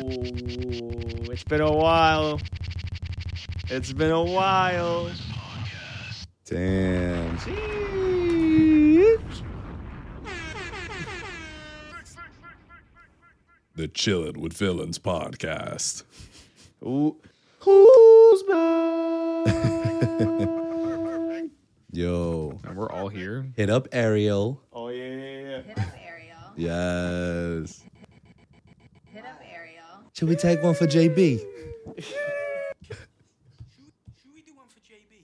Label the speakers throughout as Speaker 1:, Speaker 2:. Speaker 1: Oh, it's been a while. It's been a while.
Speaker 2: Damn.
Speaker 1: Jeez.
Speaker 3: The Chillin' with Villains podcast.
Speaker 1: Ooh. Who's back?
Speaker 2: Yo.
Speaker 4: And we're all here.
Speaker 2: Hit up Ariel.
Speaker 1: oh yeah.
Speaker 5: Hit up Ariel.
Speaker 2: Yes.
Speaker 5: Hit up Ariel.
Speaker 2: Should we take one for JB?
Speaker 6: Should we do one for JB?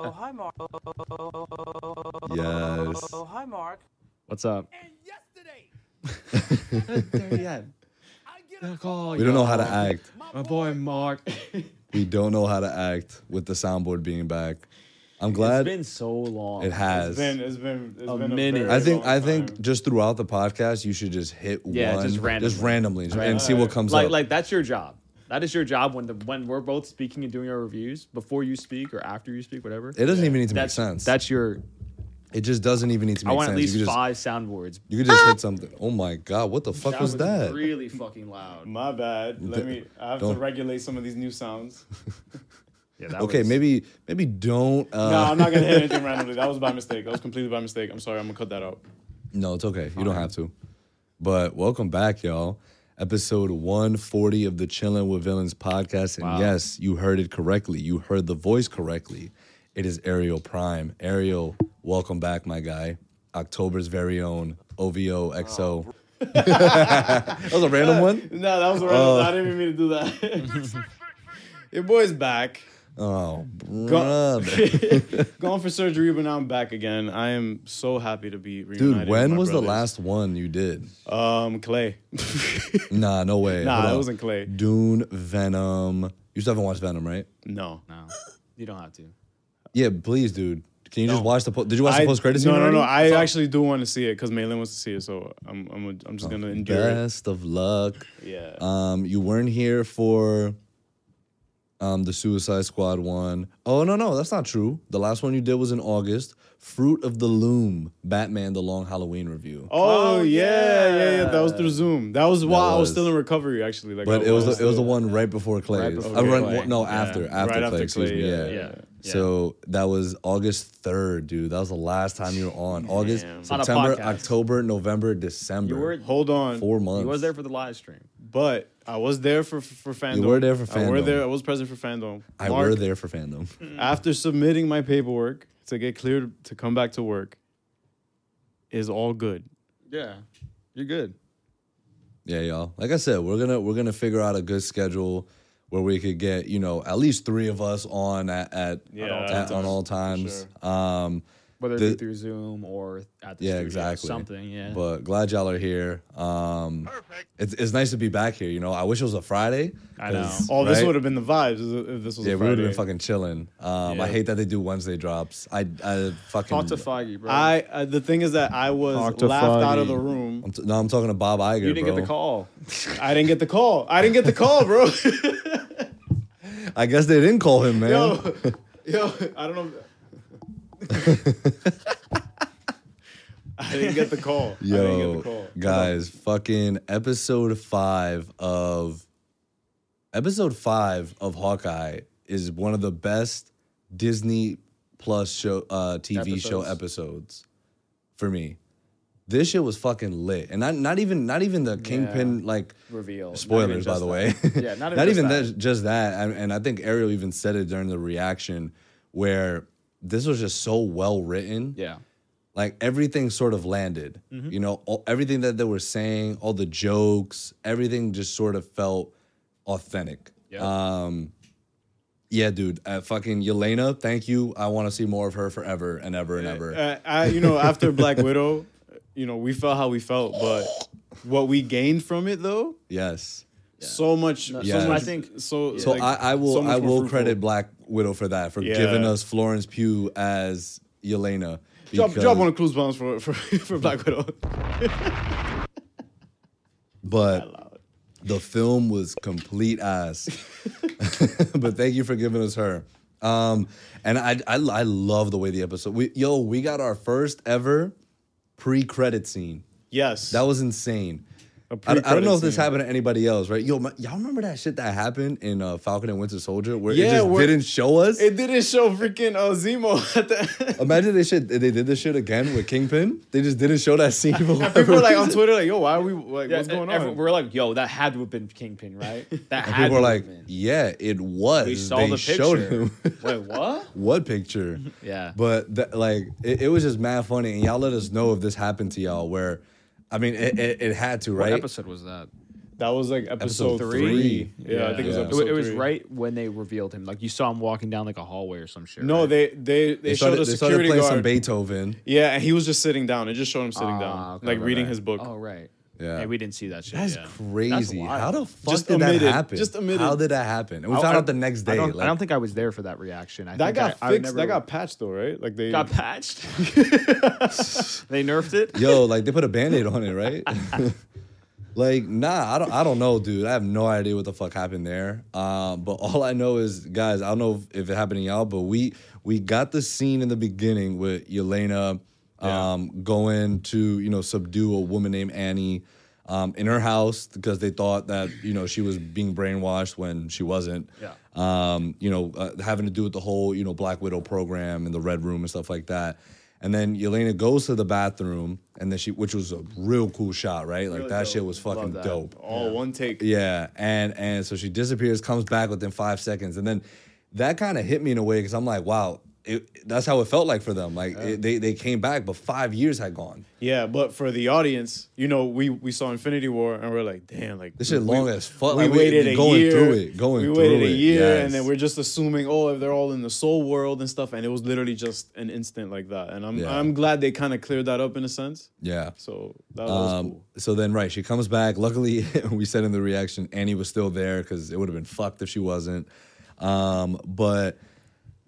Speaker 6: oh, hi, Mark. Oh, oh, oh, oh, oh, oh,
Speaker 2: Yes.
Speaker 6: oh, hi, Mark.
Speaker 1: What's up?
Speaker 6: And yesterday,
Speaker 1: yeah.
Speaker 6: I get a
Speaker 2: We don't know how to act.
Speaker 1: My boy Mark. it's
Speaker 2: We don't know how to act with the soundboard being back. I'm glad.
Speaker 1: been so long.
Speaker 2: It has.
Speaker 7: It's been it's been it's
Speaker 1: A
Speaker 7: been
Speaker 1: minute.
Speaker 7: A very
Speaker 2: I think
Speaker 7: long
Speaker 2: I think
Speaker 7: time.
Speaker 2: just throughout the podcast, you should just hit
Speaker 1: Yeah,
Speaker 2: one,
Speaker 1: just
Speaker 2: just randomly, and see what comes
Speaker 1: like
Speaker 2: up.
Speaker 1: like that's your job. That is your job when the when we're both speaking and doing our reviews before you speak or after you speak, whatever.
Speaker 2: it doesn't even need to make
Speaker 1: that's
Speaker 2: sense.
Speaker 1: that's your.
Speaker 2: it just doesn't even need to
Speaker 1: I
Speaker 2: make
Speaker 1: want
Speaker 2: sense.
Speaker 1: at least
Speaker 2: you could just,
Speaker 1: five sound words.
Speaker 2: You could just hit something. Oh my god, what the fuck was, that?
Speaker 1: Really fucking loud.
Speaker 7: My bad. Let me. I have to
Speaker 2: Don't-
Speaker 7: regulate some of these new sounds.
Speaker 1: Yeah, that
Speaker 2: okay,
Speaker 1: was-
Speaker 2: maybe maybe don't. Uh,
Speaker 7: No, I'm not gonna hit anything randomly. That was by mistake. That was completely by mistake. I'm sorry. I'm gonna cut that out.
Speaker 2: No, it's okay. You don't have to. But welcome back, y'all. Episode 140 of the Chillin' with Villains podcast. And yes, you heard it correctly. You heard the voice correctly. It is Ariel Prime. Ariel, welcome back, my guy. October's very own OVO XO. that was a random one?
Speaker 7: No, that was random. I didn't even mean to do that. Oh. Your boy's back.
Speaker 2: Oh, brother.
Speaker 7: Going for surgery, but now I'm back again. I am so happy to be reunited.
Speaker 2: Dude,
Speaker 7: with
Speaker 2: when
Speaker 7: my
Speaker 2: was the
Speaker 7: brothers.
Speaker 2: last one you did?
Speaker 7: Um, Clay.
Speaker 2: Nah, no way.
Speaker 7: Nah,
Speaker 2: Hold
Speaker 7: that
Speaker 2: on.
Speaker 7: wasn't Clay.
Speaker 2: Dune, Venom. You still haven't watched Venom, right?
Speaker 7: No.
Speaker 4: No.
Speaker 1: you don't have to.
Speaker 2: Yeah, please, dude. Can you just watch the? Po- Did you watch
Speaker 7: I,
Speaker 2: the post
Speaker 7: no,
Speaker 2: credits? scene
Speaker 7: no, no.
Speaker 2: already?
Speaker 7: I actually do want to see it because Maylin wants to see it, so I'm, I'm, I'm just gonna endure it.
Speaker 2: Best of luck.
Speaker 7: Yeah.
Speaker 2: Um, you weren't here for, um, the Suicide Squad one. Oh no, no, that's not true. The last one you did was in August. Fruit of the Loom, Batman: The Long Halloween review.
Speaker 7: Oh, yeah, yeah, yeah. That was through Zoom. That was while I was
Speaker 2: was.
Speaker 7: still in recovery, actually. Like,
Speaker 2: but
Speaker 7: I
Speaker 2: it was
Speaker 7: was
Speaker 2: the, it was the one right before Clay.
Speaker 1: before
Speaker 2: I run,
Speaker 1: Clay.
Speaker 2: No,
Speaker 1: Yeah.
Speaker 2: after after
Speaker 7: Right
Speaker 2: Clay.
Speaker 7: after
Speaker 2: excuse
Speaker 7: Clay,
Speaker 2: me,
Speaker 7: yeah,
Speaker 2: yeah.
Speaker 1: yeah, yeah.
Speaker 2: So that was August third, dude. That was the last time you were on. August,
Speaker 1: On a
Speaker 2: September,
Speaker 1: podcast.
Speaker 2: October, November, December.
Speaker 1: You were
Speaker 7: hold on.
Speaker 2: four months.
Speaker 1: he was there for the live stream.
Speaker 7: But I was there for for fandom.
Speaker 2: were there for
Speaker 7: I were
Speaker 2: fandom.
Speaker 7: there. I was present for fandom.
Speaker 2: I
Speaker 7: Mark,
Speaker 2: were there for fandom.
Speaker 7: After submitting my paperwork to get cleared to come back to work, is all good.
Speaker 1: Yeah, you're good.
Speaker 2: Yeah, y'all. Like I said, we're gonna we're gonna figure out a good schedule where we could get you know at least three of us on at, at,
Speaker 7: Yeah,
Speaker 2: at-
Speaker 7: at all
Speaker 2: on all
Speaker 7: times,
Speaker 2: times. Um,
Speaker 1: Whether it
Speaker 2: The-
Speaker 1: be through Zoom or at the
Speaker 2: Yeah,
Speaker 1: studio or
Speaker 2: exactly.
Speaker 1: something. Yeah,
Speaker 2: but glad y'all are here. Um, Perfect. It's it's nice to be back here. You know, I wish it was a Friday.
Speaker 1: I know.
Speaker 2: 'cause,
Speaker 7: Oh, this
Speaker 2: right?
Speaker 7: would have been the vibes if this was.
Speaker 2: Yeah,
Speaker 7: a
Speaker 2: we would have
Speaker 7: Friday.
Speaker 2: been fucking chilling. Um, I
Speaker 1: Yeah.
Speaker 2: hate that they do Wednesday drops. I I fucking.
Speaker 1: talk to Feige, bro.
Speaker 7: I uh, the thing is that I was
Speaker 1: Talk
Speaker 7: laughed
Speaker 1: to
Speaker 7: out
Speaker 1: Foggy.
Speaker 7: of the room.
Speaker 2: I'm t- no, I'm talking to Bob Iger.
Speaker 1: you didn't
Speaker 2: bro.
Speaker 1: get the call.
Speaker 7: I didn't get the call. I didn't get the call, bro.
Speaker 2: I guess they didn't call him, man.
Speaker 7: yo, yo, I don't know. I didn't get the call. I didn't get the
Speaker 2: Yo,
Speaker 7: call.
Speaker 2: guys, fucking episode five of episode five of Hawkeye is one of the best Disney Plus show uh, TV show
Speaker 1: Episodes.
Speaker 2: episodes for me. This shit was fucking lit, and not not even not even the Kingpin like
Speaker 1: Reveal. Not even
Speaker 2: spoilers by
Speaker 1: just
Speaker 2: the
Speaker 1: that.
Speaker 2: way.
Speaker 1: Yeah, not even just that.
Speaker 2: that- just that. And, and I think Ariel even said it during the reaction where this was just so well written
Speaker 1: Yeah.
Speaker 2: like everything sort of landed.
Speaker 7: Mm-hmm.
Speaker 2: You know, all, everything that they were saying, all the jokes, everything just sort of felt authentic. Uh,
Speaker 1: Yeah.
Speaker 2: Yeah, dude. Uh, fucking Yelena, thank you. I want to see more of her forever and ever and ever.
Speaker 7: Uh, I, you know, after Black Widow, you know, we felt how we felt, but what we gained from it though,
Speaker 2: yes.
Speaker 7: so much.
Speaker 2: Yeah.
Speaker 7: So much,
Speaker 1: I think-
Speaker 7: so.
Speaker 2: So
Speaker 7: like,
Speaker 2: I, I will
Speaker 7: so much
Speaker 2: I
Speaker 7: more
Speaker 2: will
Speaker 7: fruitful.
Speaker 2: credit Black Widow for that for
Speaker 7: Yeah.
Speaker 2: giving us Florence Pugh as Yelena.
Speaker 7: Drop,
Speaker 2: because-
Speaker 7: drop one of Clues Bombs for, for, for Black Widow.
Speaker 2: but the film was complete ass. but thank you for giving us her. Um, and I, I I love the way the episode. We yo, we got our first ever pre-credit scene.
Speaker 7: Yes.
Speaker 2: That was insane.
Speaker 7: a
Speaker 2: I, I don't know if this
Speaker 7: pre-credit
Speaker 2: happened to anybody else, right? Yo, my, y'all remember that shit that happened in uh, Falcon and Winter Soldier where it
Speaker 7: Yeah,
Speaker 2: just
Speaker 7: where-
Speaker 2: didn't show us?
Speaker 7: scene. It didn't show freaking uh, Zemo at the
Speaker 2: Imagine they shit they did this shit again with Kingpin. They just didn't show that scene. for
Speaker 7: end. People
Speaker 2: whatever
Speaker 7: were like "Oh, on
Speaker 2: reason.
Speaker 7: Twitter, like, yo, why are we like
Speaker 1: Yeah,
Speaker 7: what's going
Speaker 1: and
Speaker 7: on?
Speaker 1: every- We're like, yo, that had to have been Kingpin, right? That
Speaker 2: And
Speaker 1: had
Speaker 2: people were
Speaker 1: to
Speaker 2: like,
Speaker 1: have been.
Speaker 2: yeah, it was.
Speaker 1: we saw
Speaker 2: they
Speaker 1: the
Speaker 2: showed
Speaker 1: picture.
Speaker 2: him.
Speaker 1: Wait, what?
Speaker 2: what picture?
Speaker 1: Yeah.
Speaker 2: But that, like, it, it was just mad funny, and y'all let us know if this happened to y'all. Where, I mean, it, it, it had to, right?
Speaker 1: What episode was that?
Speaker 7: that was like episode,
Speaker 2: three.
Speaker 7: three. Yeah, I think it was
Speaker 2: Yeah.
Speaker 1: It,
Speaker 7: episode
Speaker 1: wa- it was
Speaker 7: three.
Speaker 1: right when they revealed him. Like you saw him walking down like a hallway or some shit.
Speaker 7: No,
Speaker 1: right?
Speaker 7: they they they,
Speaker 2: They
Speaker 7: showed
Speaker 2: started,
Speaker 7: a
Speaker 2: they started
Speaker 7: security
Speaker 2: playing
Speaker 7: guard.
Speaker 2: some Beethoven.
Speaker 7: yeah, and he was just sitting down. It just showed him sitting
Speaker 1: Ah,
Speaker 7: down,
Speaker 1: okay,
Speaker 7: like
Speaker 1: right,
Speaker 7: reading
Speaker 1: right.
Speaker 7: his book.
Speaker 1: Oh right.
Speaker 2: Yeah.
Speaker 1: Yeah, we didn't see that shit.
Speaker 2: That's
Speaker 1: yeah.
Speaker 2: crazy. How
Speaker 1: wild.
Speaker 2: the fuck
Speaker 7: Just
Speaker 2: did
Speaker 7: omitted.
Speaker 2: that happen?
Speaker 7: Just omitted.
Speaker 2: How did that happen? And we
Speaker 1: I-
Speaker 2: found
Speaker 1: I-
Speaker 2: out the next day.
Speaker 1: I don't, I
Speaker 2: like,
Speaker 1: don't think I was there for that reaction. I
Speaker 7: That
Speaker 1: think
Speaker 7: got
Speaker 1: I, I
Speaker 7: fixed.
Speaker 1: never-
Speaker 7: that got patched though, right? Like they
Speaker 1: got patched. they nerfed it.
Speaker 2: yo, like they put a band-aid on it, right? like, nah, I don't I don't know, dude. I have no idea what the fuck happened there. Um, but all I know is, guys, I don't know if, if it happened to y'all, but we we got the scene in the beginning with Yelena um going to, you know, subdue a woman named Annie. Um, in her house because they thought that you know she was being brainwashed when she wasn't
Speaker 1: Yeah.
Speaker 2: um, you know, uh, having to do with the whole, you know, Black Widow program and the Red Room and stuff like that. And then Yelena goes to the bathroom, and then she, which was a real cool shot, right? Like
Speaker 1: Really
Speaker 2: that
Speaker 1: dope.
Speaker 2: shit was fucking
Speaker 1: Love that.
Speaker 2: dope.
Speaker 7: all one take.
Speaker 2: Yeah, and and so she disappears, comes back within five seconds, and then that kind of hit me in a way because I'm like, wow, it, that's how it felt like for them. Like it, they they came back, but five years had gone.
Speaker 7: Yeah, but for the audience, you know, we we saw Infinity War and we're like, damn, like
Speaker 2: This shit
Speaker 7: we-
Speaker 2: long as fuck.
Speaker 7: We
Speaker 2: Like,
Speaker 7: waited a
Speaker 2: going
Speaker 7: year.
Speaker 2: through it, going
Speaker 7: we
Speaker 2: through
Speaker 7: waited a
Speaker 2: it,
Speaker 7: year,
Speaker 2: yes.
Speaker 7: and then we're just assuming, oh, if they're all in the soul world and stuff, and it was literally just an instant like that. And I'm
Speaker 2: Yeah.
Speaker 7: I'm glad they kind of cleared that up in a sense.
Speaker 2: yeah.
Speaker 7: So that was
Speaker 2: Um,
Speaker 7: cool.
Speaker 2: So then, right, she comes back. Luckily, we said in the reaction, Annie was still there because it would have been fucked if she wasn't. Um, but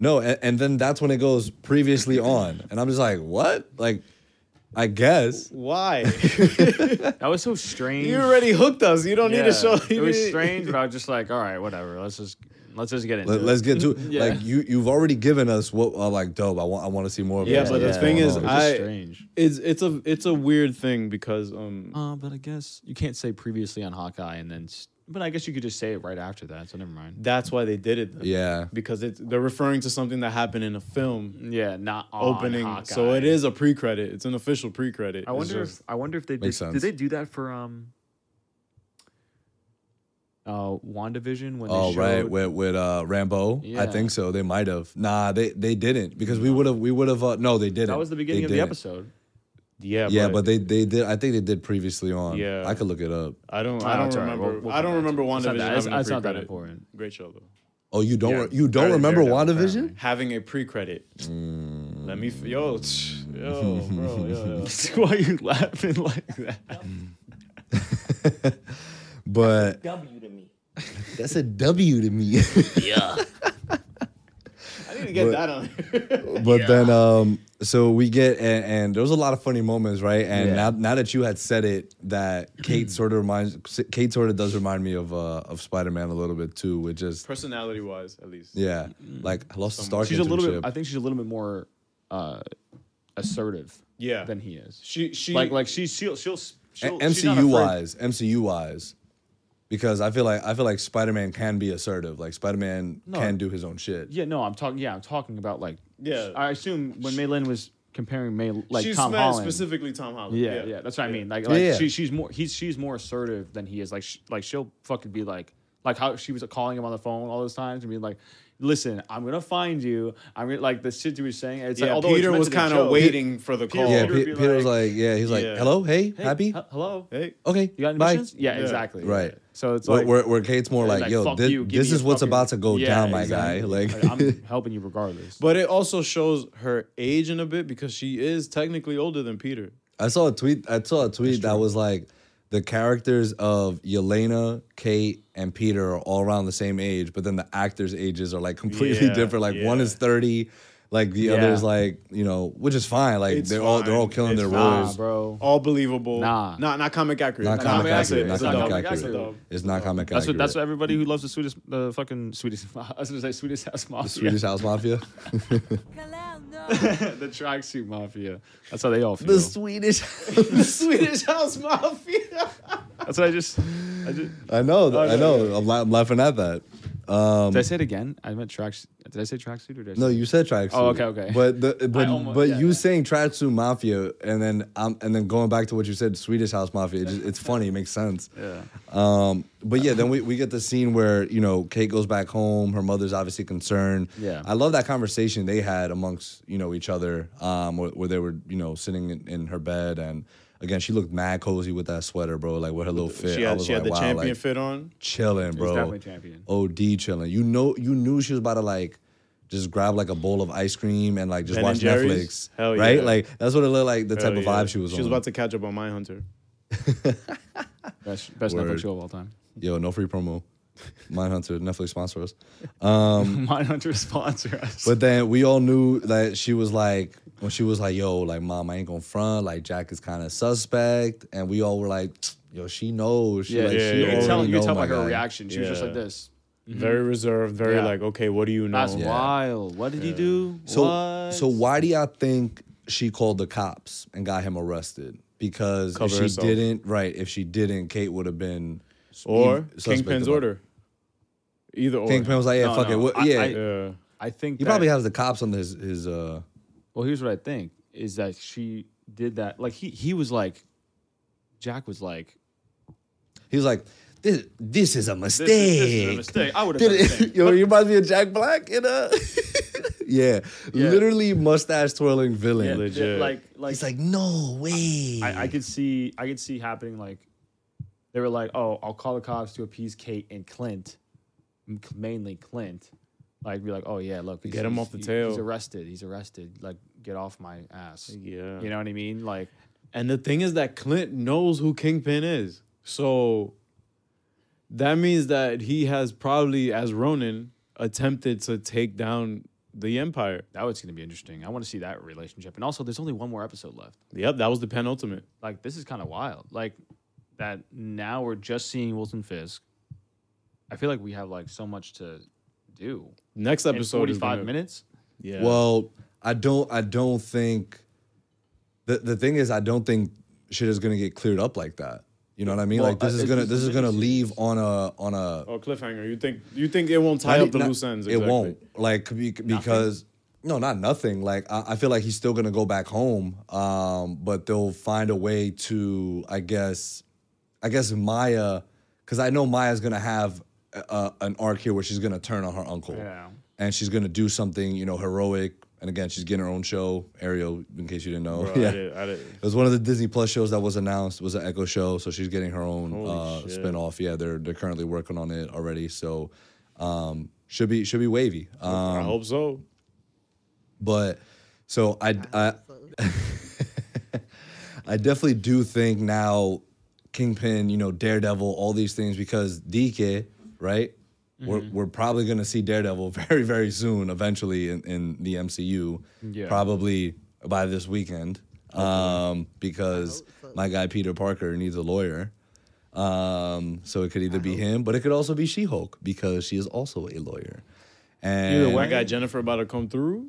Speaker 2: no, and, and then that's when it goes previously on, and I'm just like, what? Like, I guess.
Speaker 7: Why?
Speaker 1: That was so strange.
Speaker 7: you already hooked us. You don't need
Speaker 1: Yeah.
Speaker 7: to show.
Speaker 1: It
Speaker 7: you
Speaker 1: was
Speaker 7: need-
Speaker 1: strange, but I was just like, all right, whatever. Let's just let's just get into
Speaker 2: Let,
Speaker 1: it.
Speaker 2: us get to it.
Speaker 1: Yeah.
Speaker 2: Like you, you've already given us what. Uh, like, dope. I want. I want to see more of.
Speaker 7: Yeah,
Speaker 2: this.
Speaker 7: but the
Speaker 2: What's
Speaker 7: thing
Speaker 2: going
Speaker 7: is,
Speaker 1: it
Speaker 2: on?
Speaker 1: was just
Speaker 7: I-
Speaker 1: strange.
Speaker 7: It's it's a it's a weird thing because um
Speaker 1: Uh, but I guess you can't say previously on Hawkeye and then. s- But I guess you could just say it right after that. So never mind.
Speaker 7: that's why they did it. Then.
Speaker 2: yeah.
Speaker 7: Because it's they're referring to something that happened in a film
Speaker 1: Yeah, not on
Speaker 7: opening. So
Speaker 1: Hawkeye.
Speaker 7: it is a pre credit. It's an official pre credit.
Speaker 1: I wonder if I wonder if they did.
Speaker 2: Makes
Speaker 1: Did
Speaker 2: sense.
Speaker 1: they do that for um? Uh, Wandavision when they
Speaker 2: Oh
Speaker 1: showed,
Speaker 2: right, with with uh, Rambo. I
Speaker 1: Yeah.
Speaker 2: think so. They might have. Nah, they they didn't because we would have we would have. Uh, no, they didn't.
Speaker 1: that was the
Speaker 2: They
Speaker 1: beginning of the
Speaker 2: didn't.
Speaker 1: episode.
Speaker 7: yeah,
Speaker 2: Yeah, but, they they did. I think they did previously on.
Speaker 7: Yeah.
Speaker 2: I could look it up.
Speaker 7: I don't.
Speaker 1: Oh,
Speaker 7: I don't
Speaker 1: it's all right.
Speaker 7: remember.
Speaker 1: We'll- we'll
Speaker 7: I
Speaker 1: come
Speaker 7: don't
Speaker 1: back
Speaker 7: remember
Speaker 1: to it. It's not
Speaker 7: WandaVision
Speaker 1: that- it's-
Speaker 7: having a
Speaker 1: it's not that
Speaker 7: pre-credit.
Speaker 1: important.
Speaker 7: Great show though.
Speaker 2: Oh, you don't
Speaker 1: Yeah,
Speaker 2: you don't
Speaker 1: better than
Speaker 2: remember
Speaker 1: Daredevil,
Speaker 2: WandaVision?
Speaker 7: Having a pre-credit.
Speaker 1: Mm.
Speaker 7: Let me. F- yo, tch, yo, bro, yo, yo.
Speaker 1: Why are you laughing like that?
Speaker 2: But
Speaker 6: W to me.
Speaker 2: that's a W to me.
Speaker 7: I need to get that on.
Speaker 2: but then um so we get and, and there was a lot of funny moments right and
Speaker 1: Yeah.
Speaker 2: now, now that you had said it that kate sort of reminds kate sort of does remind me of uh of spider-man a little bit too which is
Speaker 7: Personality-wise, at least.
Speaker 2: yeah like i lost the star
Speaker 1: She's a little bit. I
Speaker 2: internship.
Speaker 1: think she's a little bit more uh, assertive
Speaker 7: Yeah.
Speaker 1: than he is.
Speaker 7: She she
Speaker 1: like like she she'll she'll, she'll
Speaker 2: A-
Speaker 1: she's not
Speaker 2: mcu
Speaker 1: afraid-
Speaker 2: wise mcu wise because i feel like i feel like spider-man can be assertive like spider-man
Speaker 1: No.
Speaker 2: can do his own shit
Speaker 1: Yeah, no, I'm talking. Yeah, I'm talking about like.
Speaker 7: Yeah.
Speaker 1: I assume when Maylin was comparing May like
Speaker 7: she's
Speaker 1: Tom
Speaker 7: mad
Speaker 1: Holland.
Speaker 7: specifically Tom Holland.
Speaker 1: Yeah, yeah, that's what I mean. Like, like
Speaker 2: Yeah, yeah.
Speaker 1: She, she's more he's she's more assertive than he is. Like, sh like she'll fucking be like, like how she was calling him on the phone all those times and being like, "Listen, I'm gonna find you. I'm gonna, like the shit you were saying." It's
Speaker 7: Yeah,
Speaker 1: like, although
Speaker 7: Peter
Speaker 1: it's meant
Speaker 7: was
Speaker 1: to be a
Speaker 7: kind of
Speaker 1: joke,
Speaker 7: waiting for the
Speaker 1: Peter-
Speaker 7: call.
Speaker 2: yeah
Speaker 1: Peter
Speaker 2: Pe-
Speaker 1: would be
Speaker 2: peter was
Speaker 1: like,
Speaker 2: like yeah he's like
Speaker 7: Yeah.
Speaker 2: hello hey,
Speaker 1: "Hey,
Speaker 2: happy
Speaker 1: he- hello.
Speaker 7: Hey,
Speaker 2: okay
Speaker 1: You got any
Speaker 2: bye
Speaker 1: missions? Yeah,
Speaker 7: Yeah.
Speaker 1: exactly.
Speaker 2: Right.
Speaker 1: So it's
Speaker 2: where,
Speaker 1: like
Speaker 2: where, where Kate's more like,
Speaker 1: like,
Speaker 2: yo,
Speaker 1: fuck
Speaker 2: this,
Speaker 1: you, give
Speaker 2: this
Speaker 1: me
Speaker 2: is
Speaker 1: a
Speaker 2: what's
Speaker 1: fucking-
Speaker 2: about to go
Speaker 1: Yeah,
Speaker 2: down, my
Speaker 1: exactly.
Speaker 2: guy. Like,
Speaker 1: I'm helping you regardless.
Speaker 7: but it also shows her age in a bit because she is technically older than Peter.
Speaker 2: I saw a tweet. I saw a tweet that was like, the characters of Yelena, Kate, and Peter are all around the same age, but then the actors' ages are like completely
Speaker 7: Yeah,
Speaker 2: different. Like one
Speaker 7: yeah.
Speaker 2: is thirty, Like the
Speaker 1: Yeah.
Speaker 2: others, like you know, which is fine. Like
Speaker 7: It's
Speaker 2: they're all they're all
Speaker 7: fine.
Speaker 2: killing
Speaker 7: It's
Speaker 2: their
Speaker 7: fine.
Speaker 1: Nah,
Speaker 2: roles.
Speaker 1: bro.
Speaker 7: All believable.
Speaker 1: Nah.
Speaker 7: Not not comic accurate.
Speaker 2: Not comic accurate. Not
Speaker 1: It's
Speaker 7: It's a
Speaker 2: comic
Speaker 7: dub.
Speaker 1: comic
Speaker 2: accurate.
Speaker 1: accurate.
Speaker 2: It's not comic
Speaker 1: That's
Speaker 2: accurate.
Speaker 1: what. That's what everybody who loves the Swedish, the fucking Swedish. I was gonna say Swedish House Mafia.
Speaker 2: the Swedish House Mafia.
Speaker 1: the tracksuit mafia. That's how they all feel.
Speaker 2: Swedish.
Speaker 7: The Swedish House Mafia.
Speaker 1: That's what I just. I just
Speaker 2: I know.
Speaker 7: Oh,
Speaker 2: I
Speaker 1: yeah,
Speaker 2: know. I'm, la- I'm laughing at that.
Speaker 1: did I say it again? I meant tracks. Did I say tracksuit or did I say
Speaker 2: Um, No, you said tracksuit.
Speaker 1: Oh, okay, okay.
Speaker 2: But the but
Speaker 1: almost-
Speaker 2: but
Speaker 1: yeah,
Speaker 2: you
Speaker 1: yeah.
Speaker 2: saying tracksuit mafia and then um and then going back to what you said, Swedish House Mafia. It just, it's funny. It makes sense.
Speaker 1: Yeah.
Speaker 2: Um, but yeah, then we, we get the scene where you know Kate goes back home. Her mother's obviously concerned.
Speaker 1: Yeah.
Speaker 2: I love that conversation they had amongst you know each other, um, where, where they were you know sitting in, in her bed and again she looked mad cozy with that sweater, bro. Like with her little fit.
Speaker 7: She
Speaker 2: I
Speaker 7: had,
Speaker 2: was
Speaker 7: she had
Speaker 2: like,
Speaker 7: the
Speaker 2: wow,
Speaker 7: champion
Speaker 2: like,
Speaker 7: fit on.
Speaker 2: chilling, bro.
Speaker 1: definitely champion.
Speaker 2: OD chilling. You know, you knew she was about to like just grab like a bowl of ice cream and like just
Speaker 7: Ben and
Speaker 2: watch Netflix.
Speaker 7: Jerry's? Hell yeah.
Speaker 2: Right? Like that's what it looked like. The type
Speaker 7: Hell
Speaker 2: of
Speaker 7: Oh, yeah.
Speaker 2: vibe she was
Speaker 7: She
Speaker 2: on.
Speaker 7: was about to catch up on my hunter.
Speaker 1: best best
Speaker 2: Word.
Speaker 1: Netflix show of all time?
Speaker 2: Yo, no free promo. Mindhunter, Netflix sponsor us.
Speaker 1: Mindhunter sponsor us.
Speaker 2: But then we all knew that she was like, when she was like, yo, like, mom, I ain't gonna front. Like, Jack is kind of suspect. And we all were like, yo, she knows. She,
Speaker 1: yeah,
Speaker 2: like,
Speaker 1: yeah,
Speaker 2: she
Speaker 1: you can
Speaker 2: already
Speaker 1: tell. You
Speaker 2: know,
Speaker 1: can tell
Speaker 2: my
Speaker 1: by her
Speaker 2: guy.
Speaker 1: reaction. She was just
Speaker 7: Yeah.
Speaker 1: like this.
Speaker 7: Very reserved. Very
Speaker 1: Mm-hmm. Yeah.
Speaker 7: like, okay, what do you know?
Speaker 1: That's wild. What did he do?
Speaker 2: So,
Speaker 1: what?
Speaker 2: so why do y'all think she called the cops and got him arrested? Because
Speaker 7: Cover
Speaker 2: if she
Speaker 7: herself.
Speaker 2: didn't, right? If she didn't, Kate would have been
Speaker 7: Or
Speaker 2: suspect
Speaker 7: Kingpin's
Speaker 2: about-
Speaker 7: order. Either or.
Speaker 2: Kingpin was like, yeah,
Speaker 1: No,
Speaker 2: fuck
Speaker 1: no,
Speaker 2: it, what-
Speaker 1: I-
Speaker 2: yeah.
Speaker 1: I-
Speaker 7: Yeah.
Speaker 1: I think
Speaker 2: he
Speaker 1: that-
Speaker 2: probably has the cops on his his uh.
Speaker 1: Well, here's what I think is that she did that. Like he he was like, Jack was like,
Speaker 2: He's like, this this is a mistake.
Speaker 1: this is, this is a mistake. I would have done the same.
Speaker 2: Yo, you must be a Jack Black in a. yeah, literally mustache twirling
Speaker 1: Yeah,
Speaker 2: villain.
Speaker 1: yeah,
Speaker 7: Legit.
Speaker 1: Like like
Speaker 2: He's like, no way.
Speaker 1: I, I
Speaker 7: Mm.
Speaker 1: could see I could see happening like they were like, oh, I'll call the cops to appease Kate and Clint, m- mainly Clint. Like be like, oh yeah, look, he's-
Speaker 7: Get him
Speaker 1: he's-
Speaker 7: off the
Speaker 1: he-
Speaker 7: tail.
Speaker 1: He's arrested. He's arrested. Like, get off my ass.
Speaker 7: Yeah.
Speaker 1: You know what I mean? Like,
Speaker 7: And the thing is that Clint knows who Kingpin is. So that means that he has probably, as Ronin, attempted to take down the Empire.
Speaker 1: that was gonna be interesting. I want to see that relationship. And also, there's only one more episode left.
Speaker 7: Yep, that was the penultimate.
Speaker 1: Like, this is kind of wild. Like that now we're just seeing Wilson Fisk. I feel like we have like so much to do.
Speaker 7: Next
Speaker 1: In
Speaker 7: episode is
Speaker 1: 45
Speaker 7: gonna-
Speaker 1: minutes.
Speaker 7: Yeah.
Speaker 2: Well, I don't. I don't think. The the thing is, I don't think shit is gonna get cleared up like that. You know what I mean?
Speaker 1: Well,
Speaker 2: like this
Speaker 1: uh,
Speaker 2: is
Speaker 1: it's
Speaker 2: gonna
Speaker 1: just
Speaker 2: this
Speaker 1: a
Speaker 2: is gonna
Speaker 1: miniseries.
Speaker 2: leave on a on a.
Speaker 7: oh, cliffhanger. You think you think it won't tie up the
Speaker 2: Not-
Speaker 7: loose ends?
Speaker 2: It won't. Like be- because no, not nothing. Like I, I feel like he's still gonna go back home. Um, but they'll find a way to, I guess, I guess Maya, because I know Maya's gonna have a, a- an arc here where she's gonna turn on her uncle.
Speaker 1: Yeah.
Speaker 2: and she's gonna do something, you know, heroic. And again, she's getting her own show, Ariel, in case you didn't know.
Speaker 7: Bro, I
Speaker 2: yeah.
Speaker 7: did, I did.
Speaker 2: It was one of the Disney Plus shows that was announced. was an Echo show, so she's getting her own uh,
Speaker 7: Holy shit.
Speaker 2: spinoff. Yeah, they're they're currently working on it already, so um, should be should be wavy.
Speaker 7: I
Speaker 2: Um,
Speaker 7: hope so.
Speaker 2: but so I I, I definitely do think now Kingpin, you know, Daredevil, all these things because DK, right?
Speaker 1: Mm-hmm.
Speaker 2: We're, we're probably gonna see Daredevil very very soon, eventually in, in the MCU,
Speaker 1: Yeah.
Speaker 2: probably by this weekend, um, because my guy Peter Parker needs a lawyer. Um, so it could either be him, but it could also be She Hulk because she is also a lawyer. And
Speaker 7: I got Jennifer about to come through.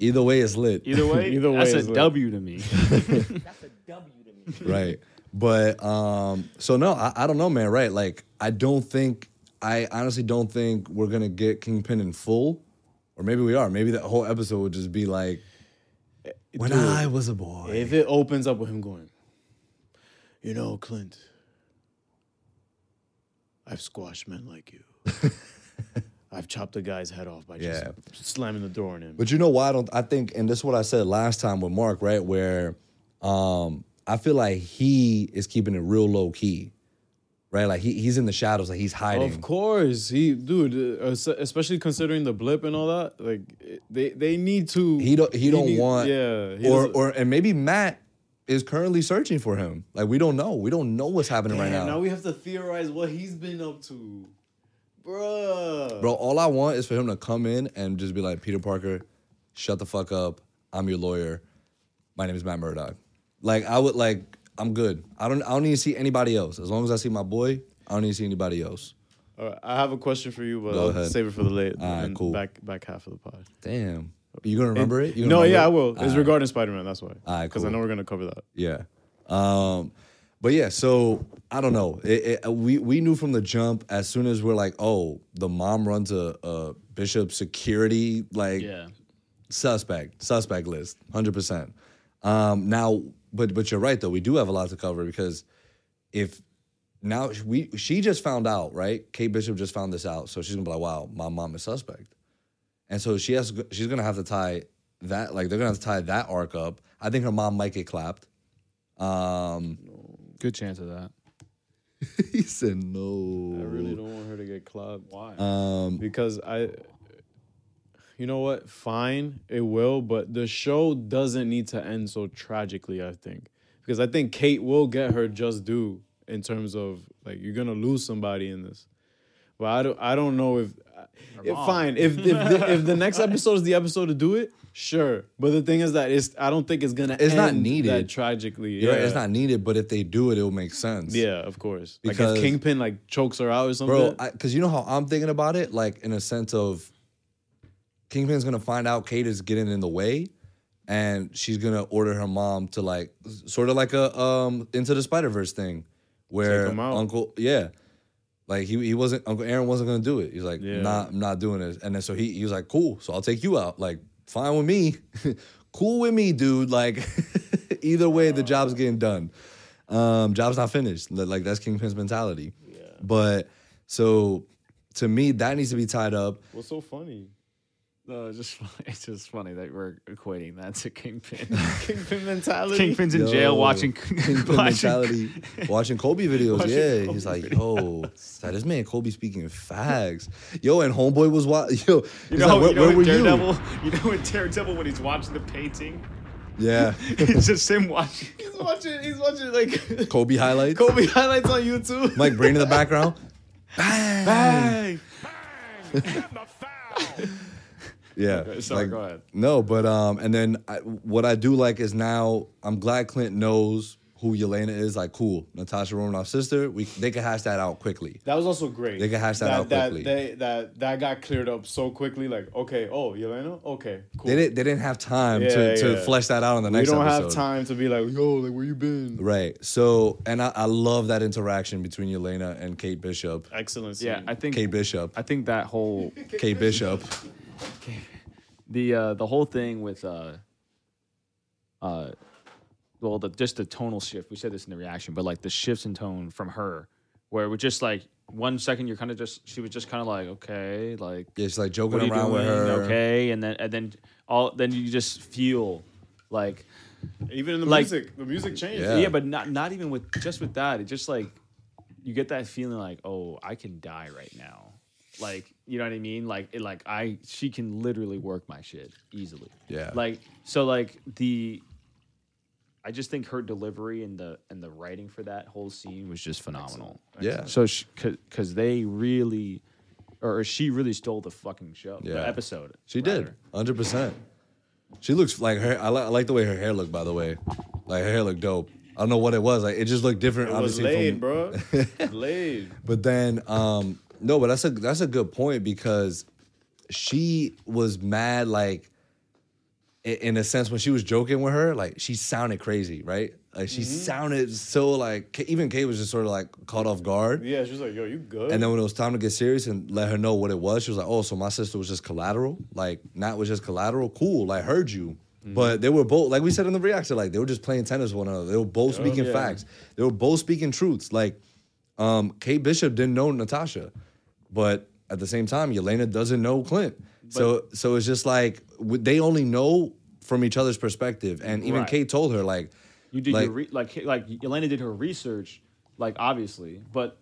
Speaker 2: either way, it's lit.
Speaker 1: Either way,
Speaker 7: Either way
Speaker 1: that's
Speaker 7: is
Speaker 1: a
Speaker 7: what-
Speaker 1: W to me.
Speaker 6: That's a W to me.
Speaker 2: right but um so no I, I don't know man right like i don't think i honestly don't think we're gonna get kingpin in full or maybe we are maybe that whole episode would just be like when
Speaker 7: Dude,
Speaker 2: i was a boy
Speaker 7: If it opens up with him going, you know, Clint, I've squashed men like you. I've chopped a guy's head off by just
Speaker 2: Yeah.
Speaker 7: slamming the door on him.
Speaker 2: But you know why I don't I think and this is what I said last time with Mark, right? Where um I feel like he is keeping it real low key. Right? Like he, he's in the shadows, like he's hiding.
Speaker 7: of course, he, dude, uh, es- especially considering the blip and all that, like it- they they need to.
Speaker 2: He don't he, don't
Speaker 7: need-
Speaker 2: want
Speaker 7: yeah, he
Speaker 2: or
Speaker 7: doesn't-
Speaker 2: or and maybe Matt is currently searching for him. Like we don't know. We don't know what's happening right
Speaker 7: Damn,
Speaker 2: now.
Speaker 7: now we have to theorize what he's been up to, bruh.
Speaker 2: Bro, all I want is for him to come in and just be like, Peter Parker, shut the fuck up. I'm your lawyer. My name is Matt Murdock. Like I would like I'm good. I don't I don't need to see anybody else. As long as I see my boy, I don't need to see anybody else.
Speaker 7: All right, I have a question for you, but
Speaker 2: Go
Speaker 7: I'll
Speaker 2: ahead.
Speaker 7: save it for the late
Speaker 2: Alright,
Speaker 7: and
Speaker 2: cool.
Speaker 7: back back half of the pod.
Speaker 2: Damn. You gonna remember it? You gonna
Speaker 7: no,
Speaker 2: remember
Speaker 7: yeah,
Speaker 2: it?
Speaker 7: I will. It's
Speaker 2: Alright.
Speaker 7: regarding Spider Man. That's why.
Speaker 2: Alright,
Speaker 7: Because
Speaker 2: cool.
Speaker 7: I know we're gonna cover that.
Speaker 2: Yeah. Um, but yeah, so I don't know. It, it, we we knew from the jump as soon as we're like, oh, the mom runs a, a bishop security like
Speaker 1: Yeah.
Speaker 2: suspect suspect list, hundred percent. Um, now, but but you're right though. We do have a lot to cover because if now we she just found out right, Kate Bishop just found this out, so she's gonna be like, wow, my mom is suspect. And so she has she's gonna have to tie that like they're gonna have to tie that arc up. I think her mom might get clapped. Um
Speaker 1: Good chance of that.
Speaker 2: he said no.
Speaker 7: I really don't want her to get clubbed. Why?
Speaker 2: um
Speaker 7: because I, you know what? Fine, it will, but the show doesn't need to end so tragically. I think because I think Kate will get her just due in terms of like you're gonna lose somebody in this. But I don't, I don't know if. if-
Speaker 1: mom.
Speaker 7: fine, if if the, if the next episode is the episode to do it, sure. But the thing is that it's I don't think it's gonna.
Speaker 2: It's not
Speaker 7: end
Speaker 2: needed.
Speaker 7: that tragically.
Speaker 2: you're
Speaker 7: Yeah,
Speaker 2: right, it's not needed, but if they do it, it'll make sense.
Speaker 7: Yeah, of course. like
Speaker 2: Because-
Speaker 7: if Kingpin like chokes her out or something.
Speaker 2: Bro, because you know how I'm thinking about it, like in a sense of Kingpin's gonna find out Kate is getting in the way, and she's gonna order her mom to like sort of like a um into the Spider Verse thing, where
Speaker 7: Take 'em out.
Speaker 2: Uncle yeah, like he he wasn't Uncle Aaron wasn't gonna do it. He's like,
Speaker 7: Yeah.
Speaker 2: nah, I'm not doing this. And then so he he was like, cool, so I'll take you out. Like fine with me, cool with me, dude. Like either way, the job's getting done. Um, job's not finished. Li- Like that's Kingpin's mentality. But so to me, that needs to be tied up.
Speaker 7: what's so funny?
Speaker 1: No, it's just it's just funny that we're equating that to Kingpin.
Speaker 7: Kingpin mentality.
Speaker 1: Kingpin's in jail
Speaker 2: Yo,
Speaker 1: watching
Speaker 2: Kingpin mentality, watching Kobe videos.
Speaker 1: Watching
Speaker 2: yeah,
Speaker 1: Kobe
Speaker 2: he's like, yo, it's like, this man Kobe speaking facts. Yo, and homeboy was wa- yo.
Speaker 1: You
Speaker 2: he's
Speaker 1: know,
Speaker 2: like, where,
Speaker 1: Oh, you know
Speaker 2: where
Speaker 1: in
Speaker 2: were
Speaker 1: Daredevil, you? know in Daredevil when he's watching the painting,
Speaker 2: you? Yeah,
Speaker 1: it's just him watching.
Speaker 7: He's watching. He's watching like
Speaker 2: Kobe highlights.
Speaker 7: Kobe highlights on YouTube.
Speaker 2: Mike Breen in the background. Yeah.
Speaker 1: sorry, go ahead.
Speaker 2: No, but um, and then I, what I do like is now I'm glad Clint knows who Yelena is. Like, cool, Natasha Romanoff's sister. We they can hash that out quickly.
Speaker 7: That was also great.
Speaker 2: They can hash that out quickly.
Speaker 7: That, they, that that got cleared up so quickly. Like, okay, oh, Yelena, okay, cool.
Speaker 2: They didn't. They didn't have time
Speaker 7: Yeah,
Speaker 2: to, to
Speaker 7: yeah.
Speaker 2: flesh that out on the
Speaker 7: we
Speaker 2: next.
Speaker 7: don't have
Speaker 2: episode.
Speaker 7: time to be like, yo, like, where you been?
Speaker 2: Right. So, and I, I love that interaction between Yelena and Kate Bishop.
Speaker 7: Excellence.
Speaker 1: Yeah, I think
Speaker 2: Kate Bishop.
Speaker 1: I think that whole
Speaker 2: Kate Bishop.
Speaker 1: the uh, the whole thing with uh, uh, well, the just the tonal shift. We said this in the reaction, but like the shifts in tone from her, where it was just like one second you're kind of just she was just kind of like okay, like
Speaker 2: Yeah, she's like joking
Speaker 1: what are you
Speaker 2: around
Speaker 1: doing?
Speaker 2: with her.
Speaker 1: Okay, and then and then all then you just feel like
Speaker 7: even in the
Speaker 1: Like-
Speaker 7: music, the music changed.
Speaker 2: Yeah.
Speaker 1: yeah. but not not even with just with that. It just like you get that feeling like, oh, I can die right now. Like, you know what I mean? Like it like I she can literally work my shit easily.
Speaker 2: Yeah.
Speaker 1: Like so like the I just think her delivery and the and the writing for that whole scene was just phenomenal.
Speaker 2: Yeah.
Speaker 1: So she, cause, cause they really or she really stole the fucking show. the
Speaker 2: Yeah.
Speaker 1: episode.
Speaker 2: She did,
Speaker 1: rather.
Speaker 2: hundred percent. She looks like her. I, li- I like the way her hair looked. By the way, like her hair looked dope. I don't know what it was. Like it just looked different.
Speaker 7: It was
Speaker 2: obviously from,
Speaker 7: laid, bro. laid.
Speaker 2: But then, um, no, but that's a that's a good point because she was mad. Like i- in a sense, when she was joking with her, like she sounded crazy, right? Like she
Speaker 7: Mm-hmm.
Speaker 2: sounded so like K- even Kate was just sort of like caught off guard.
Speaker 7: Yeah, she was like, yo, you good?
Speaker 2: And then when it was time to get serious and let her know what it was, she was like, "Oh, so my sister was just collateral. Like, Nat was just collateral. Cool. Like, heard you." But they were both, like we said in the reaction, like they were just playing tennis with one another. They were both speaking
Speaker 7: yeah.
Speaker 2: facts. They were both speaking truths. Like, um, Kate Bishop didn't know Natasha, but at the same time, Yelena doesn't know Clint. so, so it's just like w- they only know from each other's perspective. And even
Speaker 1: Right.
Speaker 2: Kate told her, like,
Speaker 1: You did
Speaker 2: Like-
Speaker 1: your re- like like Elena did her research, like obviously, but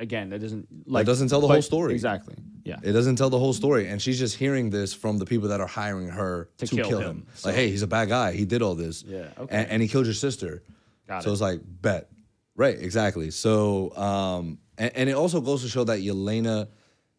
Speaker 1: again, that doesn't like
Speaker 2: doesn't tell the
Speaker 1: but-
Speaker 2: whole story.
Speaker 1: Exactly. Yeah.
Speaker 2: It doesn't tell the whole story, and she's just hearing this from the people that are hiring her to, kill, him. Like, hey, he's a bad guy. He did all this.
Speaker 1: Yeah,
Speaker 2: A-
Speaker 1: okay.
Speaker 2: And, he killed your sister.
Speaker 1: Got
Speaker 2: so
Speaker 1: it.
Speaker 2: it's like bet, right? Exactly. So, um, and, and it also goes to show that Yelena,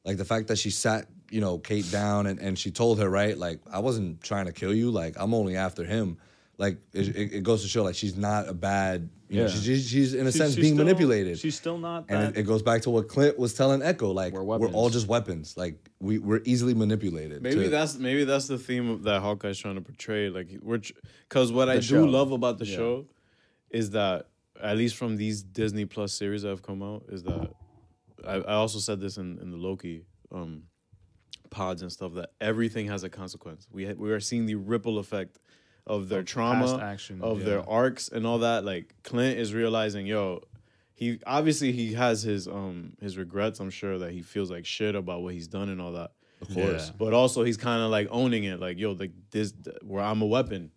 Speaker 2: like the fact that she sat you know, Kate down and, and she told her, right, like, I wasn't trying to kill you. Like, I'm only after him. Like, it, it, it goes to show, like, she's not a bad, you know,
Speaker 1: Yeah.
Speaker 2: she's, she's, she's in a sense
Speaker 1: she's
Speaker 2: being
Speaker 1: still-
Speaker 2: manipulated.
Speaker 1: She's still not
Speaker 2: and
Speaker 1: that.
Speaker 2: it, it goes back to what Clint was telling Echo. Like,
Speaker 1: We're
Speaker 2: we're, all
Speaker 1: weapons.
Speaker 2: just weapons. Like, we, we're easily manipulated.
Speaker 7: Maybe
Speaker 2: to-
Speaker 7: that's maybe that's the theme of that Hawkeye's trying to portray. Like we're because what I
Speaker 1: The
Speaker 7: do
Speaker 1: show.
Speaker 7: love about the show is that at least from these Disney Plus series that have come out is that I, I also said this in, in the Loki um, pods and stuff that everything has a consequence. We ha- we are seeing the ripple effect of their trauma,
Speaker 1: past action,
Speaker 7: of
Speaker 1: Mm, yeah.
Speaker 7: their arcs and all that. Like Clint is realizing, yo, he obviously he has his um his regrets. I'm sure that he feels like shit about what he's done and all that. Of
Speaker 1: course. Yeah.
Speaker 7: but also he's kind of like owning it. Like yo, like this, where I'm a weapon.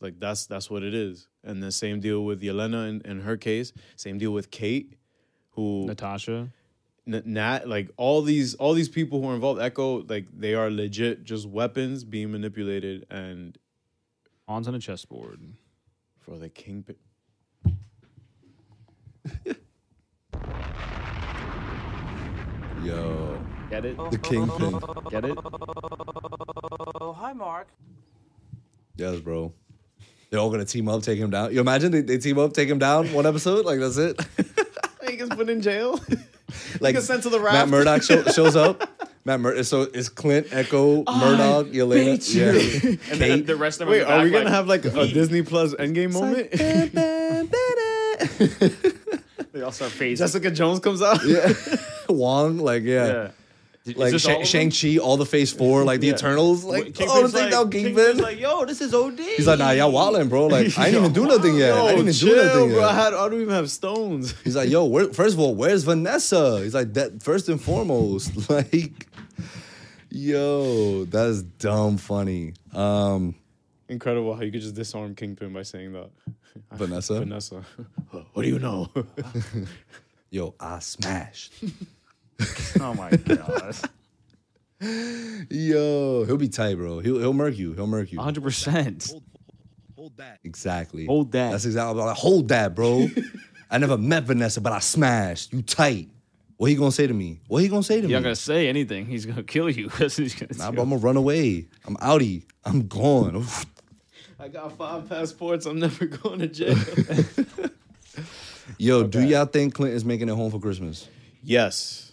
Speaker 7: Like that's that's what it is. And the same deal with Yelena in, in her case. Same deal with Kate, who
Speaker 1: Natasha.
Speaker 7: N- Nat, like all these all these people who are involved, Echo, like they are legit just weapons being manipulated and
Speaker 1: On's on a chessboard.
Speaker 7: for the kingpin.
Speaker 2: yo,
Speaker 1: Get it?
Speaker 2: the kingpin.
Speaker 1: Get it?
Speaker 6: Oh, hi, Mark.
Speaker 2: Yes, bro. They're all gonna team up, take him down. You imagine they, they team up, take him down one episode? Like that's it.
Speaker 7: He gets put in jail.
Speaker 2: like
Speaker 7: gets sent to the
Speaker 2: Matt
Speaker 7: raft.
Speaker 2: Murdock show, shows up. Matt Murdock. So it's Clint, Echo, Murdoch, Yelena. Yeah.
Speaker 1: And
Speaker 2: Kate.
Speaker 1: then the rest of them
Speaker 7: Wait,
Speaker 1: in the
Speaker 7: are
Speaker 1: back,
Speaker 7: we gonna
Speaker 1: like,
Speaker 7: have like a Disney Plus Endgame moment?
Speaker 1: They all start phasing.
Speaker 7: Jessica Jones comes out.
Speaker 2: yeah. Wong, like yeah.
Speaker 1: yeah. Is
Speaker 2: Like
Speaker 1: this all of
Speaker 2: Shang
Speaker 1: them?
Speaker 2: Shang Oh, Chi, all the Phase Four, like the Eternals, like
Speaker 1: Kingpin's
Speaker 2: all the things down
Speaker 1: like- Kingpin's
Speaker 2: Kingpin.
Speaker 1: like, yo, this is OD.
Speaker 2: He's like, nah, y'all wildin', bro. Like I didn't even do nothing yet. I
Speaker 7: Yo,
Speaker 2: didn't even
Speaker 7: chill,
Speaker 2: do nothing
Speaker 7: bro. I,
Speaker 2: yet.
Speaker 7: had, I don't even have stones.
Speaker 2: He's like, yo, where, first of all, where's Vanessa? He's like, that first and foremost, like, yo, that's dumb funny. Um,
Speaker 7: Incredible how you could just disarm Kingpin by saying that.
Speaker 2: Vanessa?
Speaker 7: Vanessa. what do you know?
Speaker 2: yo, I smashed.
Speaker 1: oh my god,
Speaker 2: yo, he'll be tight, bro. He'll he'll murk you. He'll murk you.
Speaker 1: 100. percent
Speaker 2: Exactly.
Speaker 1: Hold that.
Speaker 2: That's exactly. Like, Hold that, bro. I never met Vanessa, but I smashed. You tight. What he gonna say to me? What he gonna say to
Speaker 1: You're not
Speaker 2: me?
Speaker 1: gonna say anything. He's gonna kill you. That's what he's gonna
Speaker 2: Nah,
Speaker 1: do.
Speaker 2: bro, I'm gonna run away. I'm outie. I'm gone.
Speaker 7: I got five passports. I'm never going to jail.
Speaker 2: Yo, do y'all think Clint is making it home for Christmas?
Speaker 7: Yes.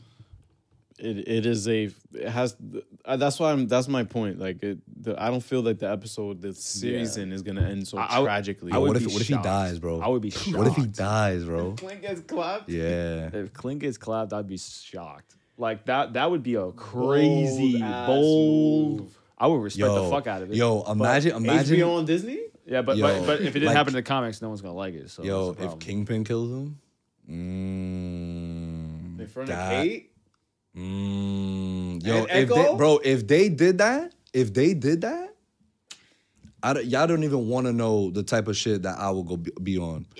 Speaker 7: It it is a it has uh, that's why I'm that's my point. Like it, the, I don't feel like the episode the series in is gonna end so
Speaker 1: I- I would-
Speaker 7: tragically.
Speaker 1: I would
Speaker 2: what
Speaker 1: be
Speaker 2: if what if he
Speaker 1: shocked.
Speaker 2: dies, bro?
Speaker 1: I would be
Speaker 2: What if he
Speaker 1: shocked.
Speaker 2: dies, bro?
Speaker 7: Clint gets clapped.
Speaker 2: Yeah.
Speaker 1: If Clint gets clapped, I'd be shocked. Like that. That would be a crazy
Speaker 7: Bold-ass
Speaker 1: bold.
Speaker 7: move.
Speaker 1: I would respect
Speaker 2: Yo,
Speaker 1: the fuck out of it.
Speaker 2: Yo, imagine, imagine,
Speaker 7: HBO on Disney.
Speaker 1: yeah, but,
Speaker 2: yo,
Speaker 1: but but if it didn't
Speaker 2: like-
Speaker 1: happen in the comics, no one's gonna like it. So
Speaker 2: yo,
Speaker 1: that's the
Speaker 2: if
Speaker 1: problem.
Speaker 2: Kingpin kills him, mm,
Speaker 7: In front
Speaker 2: that-
Speaker 7: of Kate.
Speaker 2: mm, yo,
Speaker 7: And
Speaker 2: if they,
Speaker 7: Echo?
Speaker 2: bro, if they did that, if they did that, I don't, y'all don't even want to know the type of shit that I will go be, be on.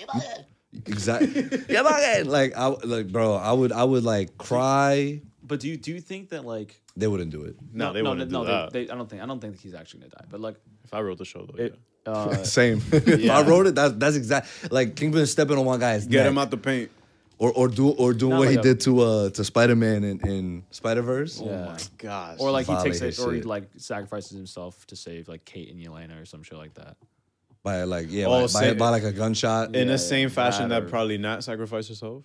Speaker 2: Exactly. yeah, man. like I like, bro, I would, I would like cry.
Speaker 1: but do you do you think that like
Speaker 2: They wouldn't do it.
Speaker 7: No, they wouldn't do that.
Speaker 1: They, I don't think I don't think he's actually gonna die. But like
Speaker 7: if I wrote the show though,
Speaker 1: it,
Speaker 7: yeah.
Speaker 1: uh,
Speaker 2: Same. if I wrote it, that's that's exact. Like Kingpin stepping on one guy's
Speaker 7: get
Speaker 2: neck.
Speaker 7: him out the paint.
Speaker 2: or or do or doing
Speaker 1: Not
Speaker 2: what he
Speaker 1: like a-
Speaker 2: did to uh to Spider Man in, in Spider Verse.
Speaker 1: yeah.
Speaker 7: Gosh.
Speaker 1: or like he
Speaker 2: Volley
Speaker 1: takes it,
Speaker 2: his
Speaker 1: or he
Speaker 2: shit.
Speaker 1: like sacrifices himself to save like Kate and Yelena or some shit like that.
Speaker 2: By like yeah,
Speaker 7: Oh,
Speaker 2: by, by,
Speaker 7: say-
Speaker 2: by, like a gunshot.
Speaker 7: in
Speaker 1: Yeah,
Speaker 7: the same
Speaker 1: yeah,
Speaker 7: fashion
Speaker 1: that
Speaker 7: that,
Speaker 1: or-
Speaker 7: probably Nat sacrificed herself.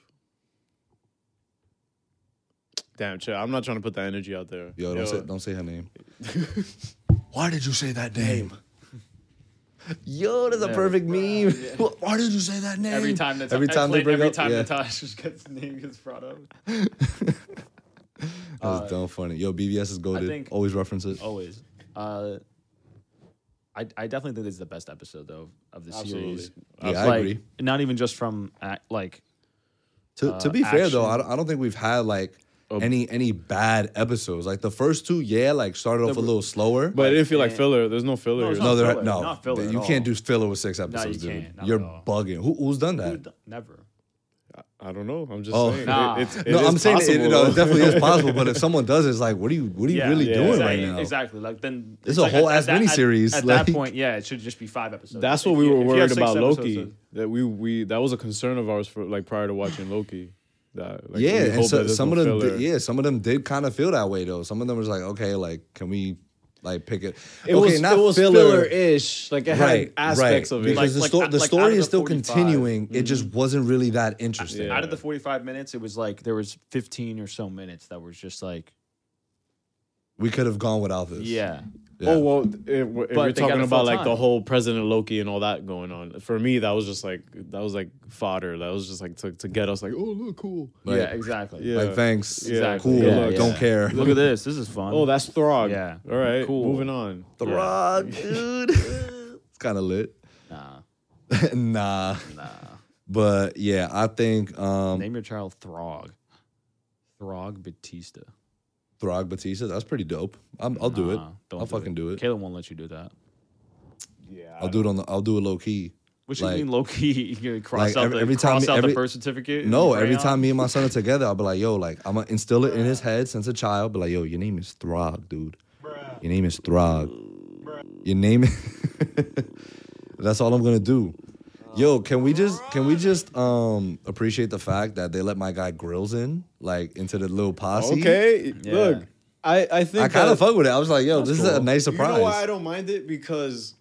Speaker 7: Damn, chill. I'm not trying to put that energy out there.
Speaker 2: Yo, don't say don't say her name.
Speaker 3: Why did you say that name?
Speaker 2: Yo, that's a
Speaker 1: Yeah.
Speaker 2: perfect meme. Why did you say that name?
Speaker 1: Every time that
Speaker 2: every time they bring
Speaker 1: every
Speaker 2: up,
Speaker 1: time
Speaker 2: yeah,
Speaker 1: Natasha's gets name gets brought up,
Speaker 2: that's dumb funny. Yo, BBS is goaded.
Speaker 1: think- Oh,
Speaker 2: Always reference it.
Speaker 1: always. Uh, I I definitely think this is the best episode though of the
Speaker 7: Absolutely.
Speaker 1: series.
Speaker 2: yeah, I
Speaker 1: like,
Speaker 2: agree.
Speaker 1: Not even just from act, like
Speaker 2: To, to
Speaker 1: uh,
Speaker 2: be fair though,
Speaker 1: action. Oh.
Speaker 2: I don't, I don't think we've had like any any bad episodes. Like the first two, yeah, like started off a little slower.
Speaker 7: But it didn't feel like
Speaker 1: Eh.
Speaker 7: filler. There's no filler.
Speaker 1: No, it's
Speaker 7: here.
Speaker 1: not
Speaker 2: no, they're,
Speaker 1: filler.
Speaker 2: no,
Speaker 1: Not filler
Speaker 2: you
Speaker 1: at
Speaker 2: can't
Speaker 1: all.
Speaker 2: do filler with six episodes,
Speaker 1: you
Speaker 2: dude.
Speaker 1: can't. Not at
Speaker 2: You're
Speaker 1: all.
Speaker 2: bugging. Who, who's done that?
Speaker 1: never.
Speaker 7: I don't know. I'm just
Speaker 2: Oh.
Speaker 7: saying.
Speaker 1: Nah.
Speaker 7: It, it's, it
Speaker 2: no,
Speaker 7: is
Speaker 2: I'm saying it,
Speaker 7: possible,
Speaker 2: it, no,
Speaker 7: though.
Speaker 2: it definitely is possible. But if someone does, it, it's like, what are you, what are you really
Speaker 1: yeah,
Speaker 2: doing
Speaker 1: exactly,
Speaker 2: right now?
Speaker 1: Exactly. Like then
Speaker 2: This is
Speaker 1: it's
Speaker 2: a
Speaker 1: like
Speaker 2: whole ass
Speaker 1: that-
Speaker 2: miniseries,
Speaker 1: At,
Speaker 2: like-
Speaker 1: that point, yeah, it should just be five episodes.
Speaker 7: That's
Speaker 1: If
Speaker 7: what we
Speaker 1: you-
Speaker 7: were
Speaker 1: if you have
Speaker 7: worried
Speaker 1: six
Speaker 7: about
Speaker 1: episodes
Speaker 7: Loki.
Speaker 1: of-
Speaker 7: That we we that was a concern of ours for like prior to watching Loki. that. Like,
Speaker 2: yeah,
Speaker 7: we
Speaker 2: and
Speaker 7: hope that
Speaker 2: so,
Speaker 7: there's
Speaker 2: some
Speaker 7: no
Speaker 2: of them,
Speaker 7: filler.
Speaker 2: did, yeah, some of them did kind of feel that way though. Some of them was like, okay, like, can we like pick it?
Speaker 7: It
Speaker 2: okay,
Speaker 7: was it was filler-ish. Like it
Speaker 2: right?
Speaker 7: had aspects
Speaker 2: right.
Speaker 7: of it.
Speaker 2: because the,
Speaker 1: Like-
Speaker 2: sto-
Speaker 1: like-
Speaker 2: the
Speaker 1: like out
Speaker 2: story
Speaker 1: of
Speaker 2: is
Speaker 1: the
Speaker 2: still
Speaker 1: 45.
Speaker 2: continuing. It just wasn't really that interesting.
Speaker 1: Out of the
Speaker 7: Yeah.
Speaker 1: 45 minutes, it was like there was 15 or so minutes that was just like,
Speaker 2: We could have gone without this.
Speaker 1: yeah.
Speaker 2: Yeah.
Speaker 7: Oh well, if, if
Speaker 1: they
Speaker 7: we're
Speaker 1: got
Speaker 7: talking
Speaker 1: it
Speaker 7: about
Speaker 1: full
Speaker 7: like the
Speaker 1: time.
Speaker 7: whole President Loki and all that going on, for me that was just like that was like fodder. That was just like to, to get us like, oh look, cool.
Speaker 2: Like,
Speaker 1: yeah, exactly.
Speaker 7: Yeah.
Speaker 2: like thanks.
Speaker 7: Yeah. Exactly.
Speaker 2: Cool.
Speaker 7: Yeah,
Speaker 2: Don't
Speaker 1: yeah.
Speaker 2: care.
Speaker 1: Look at this. This is fun.
Speaker 7: Oh, that's Throg.
Speaker 1: Yeah.
Speaker 7: All right.
Speaker 1: Cool.
Speaker 7: Moving on.
Speaker 2: The
Speaker 1: Yeah.
Speaker 2: Rock, dude. it's kind of lit.
Speaker 1: Nah,
Speaker 2: nah.
Speaker 1: nah.
Speaker 2: But yeah, I think um
Speaker 1: Name your child Throg. Throg Batista.
Speaker 2: Throg Batista, that's pretty dope. I'm, I'll do it.
Speaker 1: Nah, don't
Speaker 2: I'll fucking do it.
Speaker 1: Caleb won't let you do that.
Speaker 7: Yeah.
Speaker 2: I'll do it on the I'll do it low key.
Speaker 1: Which you
Speaker 2: Like-
Speaker 1: mean low key? You gonna cross
Speaker 2: Like,
Speaker 1: out,
Speaker 2: every-
Speaker 1: the,
Speaker 2: every time-
Speaker 1: cross out
Speaker 2: every-
Speaker 1: the birth certificate? in
Speaker 2: No,
Speaker 1: the
Speaker 2: every
Speaker 1: crayon?
Speaker 2: time me and my son are together, I'll be like, yo, like I'm gonna instill it in his head since a child. Be like, yo, your name is Throg, dude. Your name is Throg. Your name That's all I'm gonna do. Yo, can we just can we just um appreciate the fact that they let my guy Grills in, like into the little posse?
Speaker 7: Okay.
Speaker 1: Yeah.
Speaker 7: Look, I I think
Speaker 2: I kind
Speaker 7: that-
Speaker 2: of fuck with it. I was like, yo, this is a
Speaker 1: cool.
Speaker 2: nice
Speaker 7: You
Speaker 2: surprise.
Speaker 7: know why I don't mind it because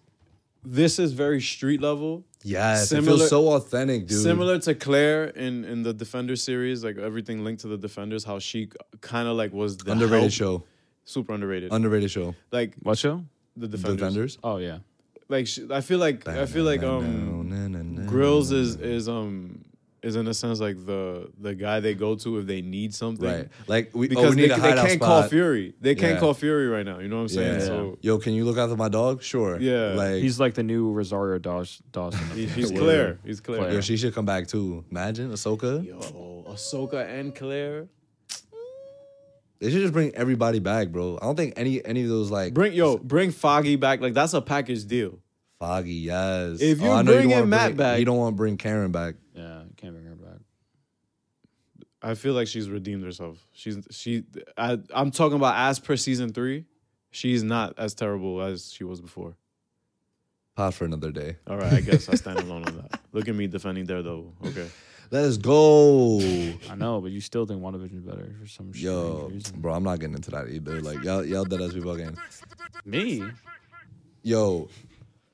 Speaker 7: this is very street level.
Speaker 2: yes, it
Speaker 7: Similar-
Speaker 2: feels so authentic, dude.
Speaker 7: Similar to Claire in, in the Defender series, like everything linked to the Defenders, how she kind of like was the
Speaker 2: underrated
Speaker 7: help-
Speaker 2: show.
Speaker 7: super underrated.
Speaker 2: Underrated show.
Speaker 7: like
Speaker 1: What show?
Speaker 7: the
Speaker 2: Defenders.
Speaker 7: Defenders.
Speaker 1: Oh yeah.
Speaker 7: Like she, I feel like I feel like um Grills is is um is in a sense like the the guy they go to if they need something.
Speaker 2: right. Like we because
Speaker 7: Because they,
Speaker 2: need
Speaker 7: they
Speaker 2: a hideout
Speaker 7: can't call
Speaker 2: spot.
Speaker 7: Fury. They can't
Speaker 2: Yeah.
Speaker 7: call Fury right now. You know what I'm saying?
Speaker 2: Yeah.
Speaker 7: So
Speaker 2: Yo, can you look after my dog? Sure.
Speaker 7: Yeah.
Speaker 2: Like
Speaker 1: He's like the new Rosario Daws- Dawson.
Speaker 7: he- he's Claire. He's Claire.
Speaker 1: Claire.
Speaker 2: yo, she should come back too. Imagine Ahsoka.
Speaker 7: Yo, Ahsoka and Claire.
Speaker 2: They should just bring everybody back, bro. I don't think any any of those like
Speaker 7: Bring yo, bring Foggy back. Like that's a package deal.
Speaker 2: Foggy. Yes. Oh,
Speaker 7: If you're
Speaker 2: I know
Speaker 7: bringing
Speaker 2: wanna
Speaker 7: Matt
Speaker 2: bring-
Speaker 7: back-
Speaker 2: you don't want to bring Karen back.
Speaker 1: yeah, can't bring her back.
Speaker 7: I feel like she's redeemed herself. She's she. I, I'm talking about as per season three. She's not as terrible as she was before.
Speaker 2: Pod for another day.
Speaker 7: All right, I guess I stand alone on that. Look at me defending Daredevil. Okay,
Speaker 2: Let's go.
Speaker 1: I know, but you still think WandaVision better for some
Speaker 2: Yo,
Speaker 1: strange reason.
Speaker 2: bro, I'm not getting into that either. Like y'all, y'all dead as people again.
Speaker 1: Me?
Speaker 2: Yo,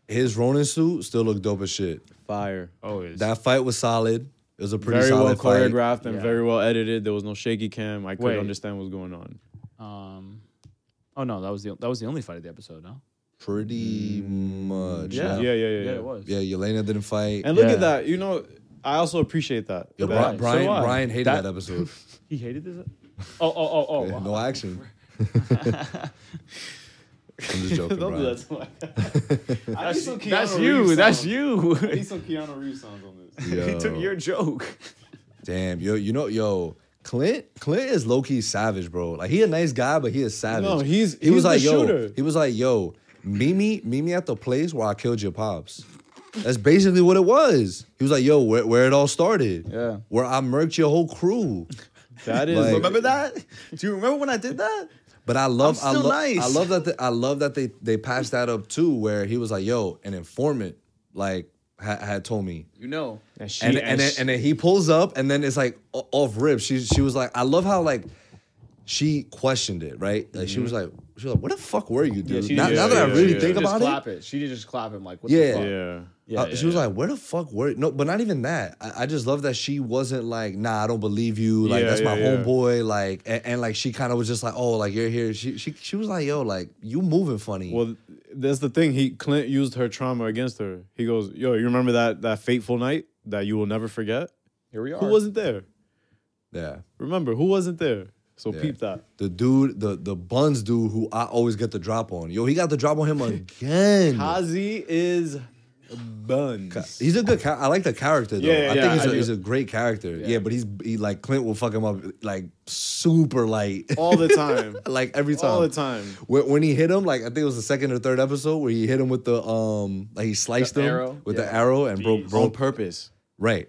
Speaker 2: his Ronin suit still look dope as shit.
Speaker 7: fire.
Speaker 1: Oh, it's
Speaker 2: That fight was solid. It was a pretty
Speaker 7: Very well
Speaker 2: solid fight.
Speaker 7: choreographed and
Speaker 1: Yeah.
Speaker 7: very well edited. There was no shaky cam. I could
Speaker 1: Wait.
Speaker 7: understand what's going on.
Speaker 1: um. Oh no, that was the that was the only fight of the episode. No.
Speaker 2: Pretty much.
Speaker 1: Yeah.
Speaker 7: Yeah, yeah, yeah. yeah.
Speaker 1: it was.
Speaker 2: Yeah, Yelena didn't fight.
Speaker 7: And look
Speaker 1: Yeah.
Speaker 7: at that. You know, I also appreciate that.
Speaker 2: Yo,
Speaker 7: That-
Speaker 2: Bri-
Speaker 1: So
Speaker 2: Brian,
Speaker 1: what?
Speaker 2: Brian hated that, episode.
Speaker 1: He hated this. Oh oh oh oh. wow.
Speaker 2: no action. I'm just joking,
Speaker 7: Don't do
Speaker 2: Brian.
Speaker 7: that to my I need some Keanu
Speaker 1: That's
Speaker 7: Reeves
Speaker 1: you. That's
Speaker 7: songs.
Speaker 1: you.
Speaker 7: I need some Keanu Reeves songs on this.
Speaker 1: he took
Speaker 2: Yo.
Speaker 1: your joke.
Speaker 2: Damn, yo, you know, yo, Clint, Clint is low key savage, bro. Like he a nice guy, but he is savage.
Speaker 7: No, he's-
Speaker 2: he was
Speaker 7: he's the
Speaker 2: like, yo,
Speaker 7: shooter.
Speaker 2: he was like, yo, meet me, meet me at the place where I killed your pops. That's basically what it was. He was like, yo, where, where it all started.
Speaker 1: Yeah.
Speaker 2: Where I murked your whole crew.
Speaker 7: That is
Speaker 2: Like-
Speaker 1: Remember that? Do you remember when I did that?
Speaker 2: But I love,
Speaker 1: I'm still
Speaker 2: I, lo-
Speaker 1: nice.
Speaker 2: I love that, the, I love that they they passed that up too, where he was like, yo, an informant like ha- had told me,
Speaker 1: You know.
Speaker 7: And, she,
Speaker 2: and and then, and then he pulls up, and then it's like o- off rip. She she was like, I love how like she questioned it, right? Like she was like, she was like, what the fuck were you, dude?
Speaker 1: Mm-hmm. she
Speaker 2: now
Speaker 1: did-
Speaker 2: now that I
Speaker 7: yeah,
Speaker 2: really
Speaker 7: yeah,
Speaker 2: think
Speaker 7: yeah.
Speaker 2: about it,
Speaker 1: clap it. She did just clap him like, what
Speaker 2: Yeah.
Speaker 1: the fuck?
Speaker 7: yeah.
Speaker 2: uh, she was like, where the fuck were you? No, but not even that. I, I just love that she wasn't like, nah, I don't believe you. Like
Speaker 7: Yeah,
Speaker 2: that's my
Speaker 7: yeah, yeah.
Speaker 2: homeboy. Like and, and like she kind of was just like, oh, like you're here. She she she was like, yo, like you moving funny.
Speaker 7: Well, that's the thing. He Clint used her trauma against her. He goes, "Yo, you remember that that fateful night that you will never forget?
Speaker 1: here we are.
Speaker 7: Who wasn't there?
Speaker 2: yeah.
Speaker 7: Remember who wasn't there? So peep that.
Speaker 2: The dude, the the buns dude, who I always get the drop on. Yo, he got the drop on him again.
Speaker 7: Kazi is buns.
Speaker 2: He's a good. Ca- I like the character though.
Speaker 7: Yeah, yeah,
Speaker 2: I
Speaker 7: yeah,
Speaker 2: think he's,
Speaker 7: I
Speaker 2: a,
Speaker 7: do.
Speaker 2: he's a great character. Yeah, but he's he, like Clint will fuck him up like super light,
Speaker 7: all the time,
Speaker 2: like every time.
Speaker 7: all the time.
Speaker 2: When, when he hit him, like I think it was the second or third episode where he hit him with the um, like he sliced
Speaker 1: The
Speaker 2: him
Speaker 1: arrow?
Speaker 2: with
Speaker 1: Yeah.
Speaker 2: the arrow and broke
Speaker 1: Jeez.
Speaker 7: On
Speaker 2: broke.
Speaker 7: purpose.
Speaker 2: Right,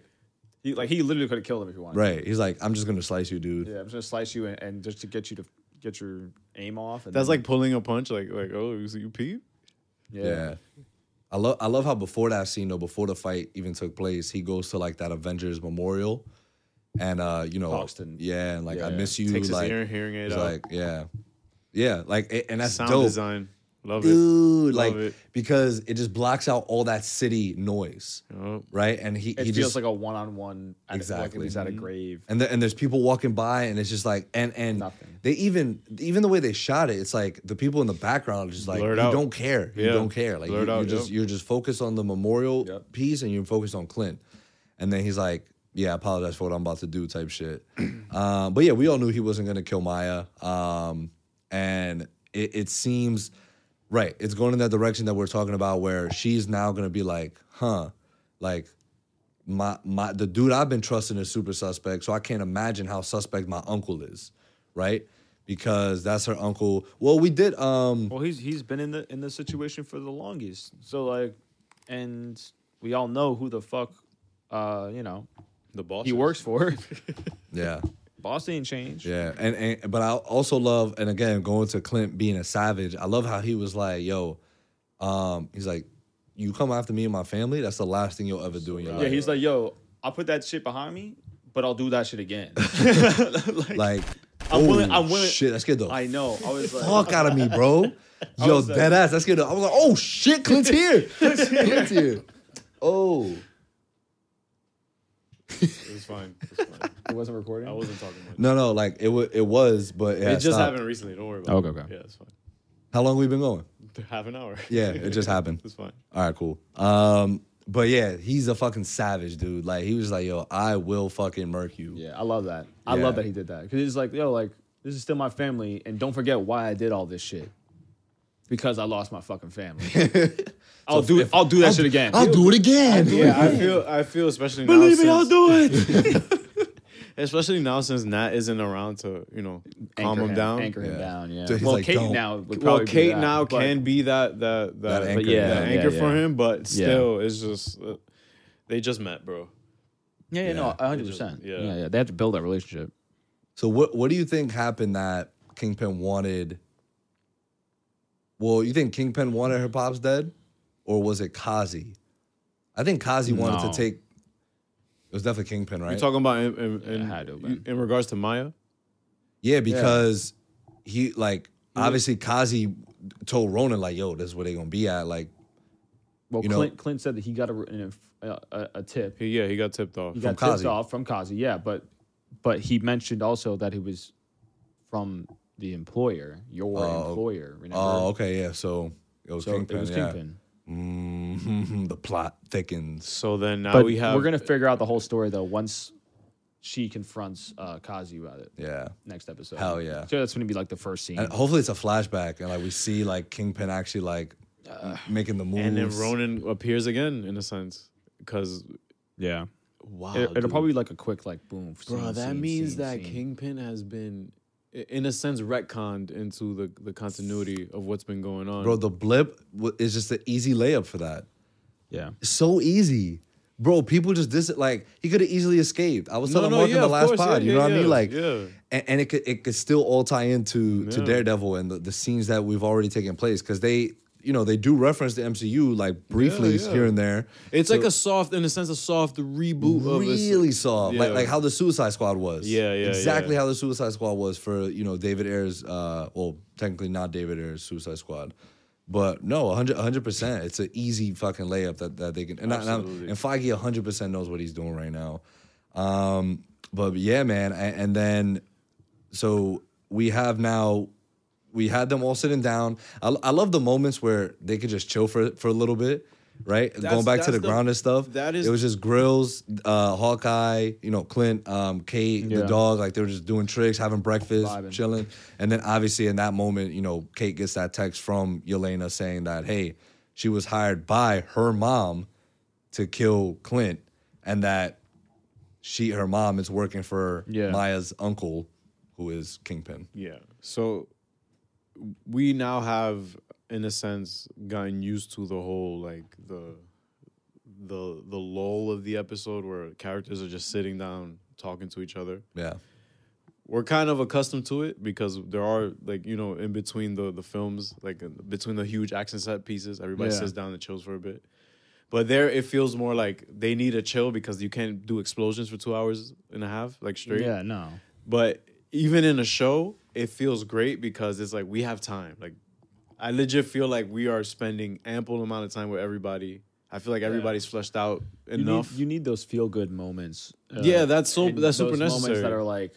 Speaker 1: He, like he literally could have killed him if he wanted.
Speaker 2: right. He's like, I'm just gonna slice you, dude.
Speaker 1: Yeah, I'm just gonna slice you and, and just to get you to get your aim off. And
Speaker 7: That's
Speaker 1: then-
Speaker 7: like pulling a punch. Like like oh, you, you peep.
Speaker 2: Yeah. I love I love how before that scene though, before the fight even took place, he goes to like that Avengers memorial and uh, you know,
Speaker 1: Paxton.
Speaker 2: yeah, and like I
Speaker 1: Yeah.
Speaker 2: miss you,
Speaker 7: Takes
Speaker 2: like
Speaker 7: his ear, hearing it
Speaker 2: it's
Speaker 7: out.
Speaker 2: like yeah, yeah, like a- and that's
Speaker 7: sound
Speaker 2: dope,
Speaker 7: design. Love it.
Speaker 2: dude, like
Speaker 7: Love it.
Speaker 2: because it just blocks out all that city noise,
Speaker 7: Yup.
Speaker 2: right? And he
Speaker 1: It
Speaker 2: he
Speaker 1: feels
Speaker 2: just,
Speaker 1: like a one-on-one. at- like
Speaker 2: Exactly.
Speaker 1: he's at a
Speaker 7: Mm-hmm.
Speaker 1: grave.
Speaker 2: and the, and there's people walking by and it's just like and and
Speaker 1: Nothing.
Speaker 2: they even even the way they shot it it's like the people in the background are just like
Speaker 7: Blurred
Speaker 2: you
Speaker 7: out.
Speaker 2: don't care you
Speaker 7: Yeah.
Speaker 2: don't care like you,
Speaker 7: Blurred
Speaker 2: are
Speaker 7: out,
Speaker 2: just
Speaker 7: yep.
Speaker 2: you're just focused on the memorial
Speaker 1: Yep.
Speaker 2: piece and you're focused on Clint and then he's like yeah I apologize for what I'm about to do type shit um, but yeah we all knew he wasn't gonna kill Maya um, and it, it seems right it's going in that direction that we're talking about where she's now gonna be like huh like my my the dude I've been trusting is super suspect, so I can't imagine how suspect my uncle is, right? Because that's her uncle. Well, we did um
Speaker 1: Well, he's he's been in the in the situation for the longest. So like, and we all know who the fuck, uh, you know,
Speaker 7: The boss.
Speaker 1: he works for.
Speaker 2: yeah.
Speaker 1: Boss ain't changed.
Speaker 2: Yeah. And and but I also love and again going to Clint being a savage. I love how he was like, "Yo, um he's like, you come after me and my family, that's the last thing you'll ever do in your
Speaker 1: Yeah,
Speaker 2: life."
Speaker 1: he's like, yo, I'll put that shit behind me, but I'll do that shit again. like,
Speaker 2: like
Speaker 1: I'm willing-
Speaker 2: oh,
Speaker 1: I'm willing-
Speaker 2: Shit, that scared the
Speaker 1: I know. I was like,
Speaker 2: fuck out of me, bro. Yo,
Speaker 1: was like-
Speaker 2: dead ass. That's good. I was like, oh shit, Clint's here. Clint's here. Oh.
Speaker 7: It was fine. It was fine.
Speaker 1: it wasn't recording.
Speaker 7: I wasn't talking much.
Speaker 2: No, no, like it was, it was, but it,
Speaker 7: it
Speaker 2: had
Speaker 7: just
Speaker 2: stopped.
Speaker 7: happened recently. Don't worry about
Speaker 1: Oh, Okay,
Speaker 7: it.
Speaker 1: okay.
Speaker 7: Yeah, it's fine.
Speaker 2: How long we been going?
Speaker 7: Half an hour.
Speaker 2: Yeah, it just happened.
Speaker 7: it's fine.
Speaker 2: All right, cool. Um, but yeah, he's a fucking savage, dude. Like he was like, yo, I will fucking murk you.
Speaker 1: yeah, I love that. I
Speaker 2: Yeah.
Speaker 1: love that he did that because it's like, yo, like this is still my family, and don't forget why I did all this shit. Because I lost my fucking family. I'll do it. I'll do that shit again.
Speaker 2: I'll do it again.
Speaker 7: Yeah, I feel. I feel especially now.
Speaker 1: Believe me,
Speaker 7: since-
Speaker 1: I'll do it.
Speaker 7: Especially now since Nat isn't around to you know calm
Speaker 1: Anchor
Speaker 7: him, down.
Speaker 1: Anchor him
Speaker 2: Yeah.
Speaker 1: down. Yeah.
Speaker 2: So he's
Speaker 1: well,
Speaker 2: like,
Speaker 1: Kate
Speaker 2: "Don't."
Speaker 1: now. Would
Speaker 7: Well,
Speaker 1: probably be
Speaker 7: Kate
Speaker 1: that,
Speaker 7: now
Speaker 1: but-
Speaker 7: can be that that that,
Speaker 2: That anchor.
Speaker 1: But yeah,
Speaker 7: that
Speaker 1: yeah,
Speaker 7: anchor for
Speaker 1: yeah.
Speaker 7: him, but still, it's just uh, they just met, bro.
Speaker 1: Yeah, yeah, no,
Speaker 2: Yeah.
Speaker 1: hundred percent.
Speaker 7: Yeah.
Speaker 1: Yeah, yeah. They have to build that relationship.
Speaker 2: So what what do you think happened that Kingpin wanted? Well, you think Kingpin wanted her pops dead, or was it Kazi? I think Kazi wanted
Speaker 1: No.
Speaker 2: to take. It was definitely Kingpin, right?
Speaker 7: You're talking about in in, in,
Speaker 1: Yeah, had to have been.
Speaker 7: in regards to Maya.
Speaker 2: yeah, because he like obviously Kazi told Ronan like, "Yo, this is where they gonna be at." Like
Speaker 1: Well,
Speaker 2: You know-
Speaker 1: Clint, Clint said that he got a an inf- a, a, a tip.
Speaker 7: He, yeah, he got tipped off.
Speaker 1: He got
Speaker 2: From
Speaker 1: tipped
Speaker 2: Kazi.
Speaker 1: off from Kazi. Yeah, but but he mentioned also that he was from the employer, your
Speaker 2: Oh.
Speaker 1: employer. Remember?
Speaker 2: Oh, okay, yeah. So it was
Speaker 1: so
Speaker 2: Kingpin.
Speaker 1: it was
Speaker 2: yeah.
Speaker 1: Kingpin.
Speaker 2: Mhm, the plot thickens.
Speaker 7: so then now
Speaker 1: But
Speaker 7: we have.
Speaker 1: we're gonna figure out the whole story though once she confronts uh, Kazi about it
Speaker 2: Yeah,
Speaker 1: next episode.
Speaker 2: Hell yeah.
Speaker 1: So that's gonna be like the first scene.
Speaker 2: and
Speaker 7: oh,
Speaker 2: hopefully it's a flashback, and like we see like Kingpin actually like making the moves.
Speaker 7: and then Ronan appears again in a sense because
Speaker 1: yeah,
Speaker 7: wow,
Speaker 1: it, will
Speaker 7: dude.
Speaker 1: probably be like a quick like boom.
Speaker 7: bro.
Speaker 1: scene,
Speaker 7: that
Speaker 1: scene,
Speaker 7: means
Speaker 1: scene,
Speaker 7: that
Speaker 1: scene.
Speaker 7: Kingpin has been. i- In a sense, retconned into the, the continuity of what's been going on.
Speaker 2: Bro, the blip w- is just an easy layup for that.
Speaker 1: Yeah.
Speaker 2: So easy. Bro, people just dis like he could have easily escaped. I was
Speaker 7: No,
Speaker 2: telling
Speaker 7: no,
Speaker 2: Mark in
Speaker 7: yeah,
Speaker 2: the
Speaker 7: of
Speaker 2: last
Speaker 7: course,
Speaker 2: pod,
Speaker 7: yeah,
Speaker 2: you know
Speaker 7: yeah,
Speaker 2: what I mean?
Speaker 7: yeah,
Speaker 2: Like,
Speaker 7: yeah.
Speaker 2: and, and it could it could still all tie into to
Speaker 7: Yeah.
Speaker 2: Daredevil and the, the scenes that we've already taken place because they, you know, they do reference the MCU like briefly
Speaker 7: yeah.
Speaker 2: here and there.
Speaker 7: It's like a soft, in a sense, a soft reboot of a s-
Speaker 2: really soft, like
Speaker 7: Yeah.
Speaker 2: like how the Suicide Squad was.
Speaker 7: Yeah, yeah,
Speaker 2: exactly
Speaker 7: yeah.
Speaker 2: how the Suicide Squad was for you know David Ayers. Uh, well, technically not David Ayers Suicide Squad, but no, 100 percent. It's an easy fucking layup that, that they can. And, I- and, I'm-
Speaker 7: Absolutely.
Speaker 2: and Feige 100 percent knows what he's doing right now. Um, but yeah, man, a- and, then so we have now. We had them all sitting down. I, I love the moments where they could just chill for for a little bit, right? Going back to
Speaker 7: that's
Speaker 2: the,
Speaker 7: the-
Speaker 2: ground and stuff.
Speaker 7: that is
Speaker 2: it was just grills uh hawkeye you know clint um kate the
Speaker 1: Yeah.
Speaker 2: dog like they were just doing tricks having breakfast
Speaker 1: Vibing.
Speaker 2: chilling and then obviously in that moment you know kate gets that text from yelena saying that hey she was hired by her mom to kill clint and that she her mom is working for
Speaker 1: Yeah.
Speaker 2: maya's uncle who is kingpin
Speaker 7: Yeah. So we now have, in a sense, gotten used to the whole like the the the lull of the episode where characters are just sitting down talking to each other.
Speaker 2: yeah
Speaker 7: We're kind of accustomed to it because there are like you know in between the the films like in between the huge action set pieces, everybody
Speaker 1: Yeah.
Speaker 7: sits down and chills for a bit. But there, it feels more like they need a chill because you can't do explosions for two hours and a half, like straight.
Speaker 1: Yeah, no.
Speaker 7: But even in a show, it feels great because it's like we have time. Like I legit feel like we are spending ample amount of time with everybody. I feel like everybody's fleshed out
Speaker 1: You need,
Speaker 7: enough.
Speaker 1: you need those feel good moments. uh,
Speaker 7: Yeah, that's so-
Speaker 1: and
Speaker 7: that's super
Speaker 1: those Moments that
Speaker 7: necessary.
Speaker 1: are like,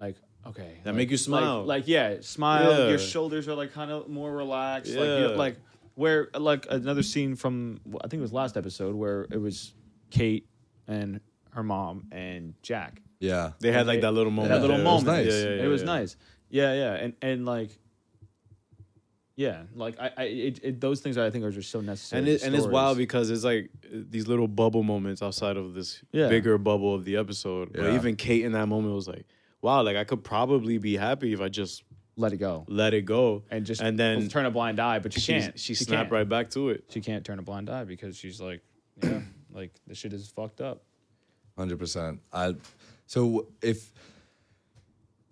Speaker 1: like okay,
Speaker 7: That
Speaker 1: like-
Speaker 7: make you smile.
Speaker 1: Like, like, yeah, smile.
Speaker 7: Yeah.
Speaker 1: Your shoulders are like kind of more relaxed. Like, you
Speaker 7: Yeah.
Speaker 1: like where like another scene from I think it was last episode where it was Kate and her mom and Jack.
Speaker 2: Yeah.
Speaker 7: they had like that little moment.
Speaker 1: That little
Speaker 7: there.
Speaker 1: moment.
Speaker 2: nice.
Speaker 7: Yeah, yeah, yeah,
Speaker 1: it was
Speaker 7: yeah.
Speaker 1: nice. Yeah, yeah, and and like. Yeah, like I, I it, it, those things I think are just so necessary.
Speaker 7: and
Speaker 1: to
Speaker 7: it, and it's
Speaker 1: stories.
Speaker 7: wild because it's like uh, these little bubble moments outside of this
Speaker 1: Yeah.
Speaker 7: bigger bubble of the episode. But
Speaker 2: Yeah.
Speaker 7: even Kate in that moment was like, "Wow, like I could probably be happy if I just
Speaker 1: let it go
Speaker 7: let it go
Speaker 1: and just
Speaker 7: and then
Speaker 1: turn a blind eye, but you
Speaker 7: she,
Speaker 1: can't.
Speaker 7: she snapped
Speaker 1: can't.
Speaker 7: right back to it."
Speaker 1: She can't turn a blind eye because she's like, yeah, like this shit is fucked up.
Speaker 2: Hundred percent. I so if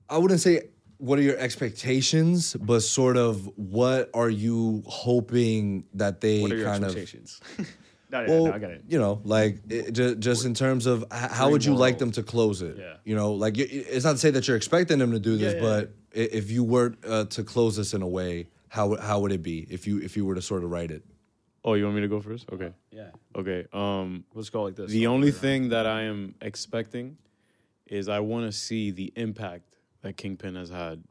Speaker 2: I wouldn't say what are your expectations, but sort of what are you hoping that they
Speaker 1: What are your
Speaker 2: kind of
Speaker 1: expectations? no, no, no,
Speaker 2: well,
Speaker 1: no, I got it.
Speaker 2: you know, like it, ju- just in terms of h- how would you like
Speaker 1: world.
Speaker 2: them to close it?
Speaker 1: Yeah.
Speaker 2: You know, like y- it's not to say that you're expecting them to do this,
Speaker 1: Yeah, yeah,
Speaker 2: but i if you were uh, to close this in a way, how would- how would it be if you if you were to sort of write it?
Speaker 7: Oh, you want me to go first? Okay.
Speaker 1: Yeah,
Speaker 7: Okay. Um
Speaker 1: let's go like this.
Speaker 7: the only thing that I am expecting is I want to see the impact that Kingpin has had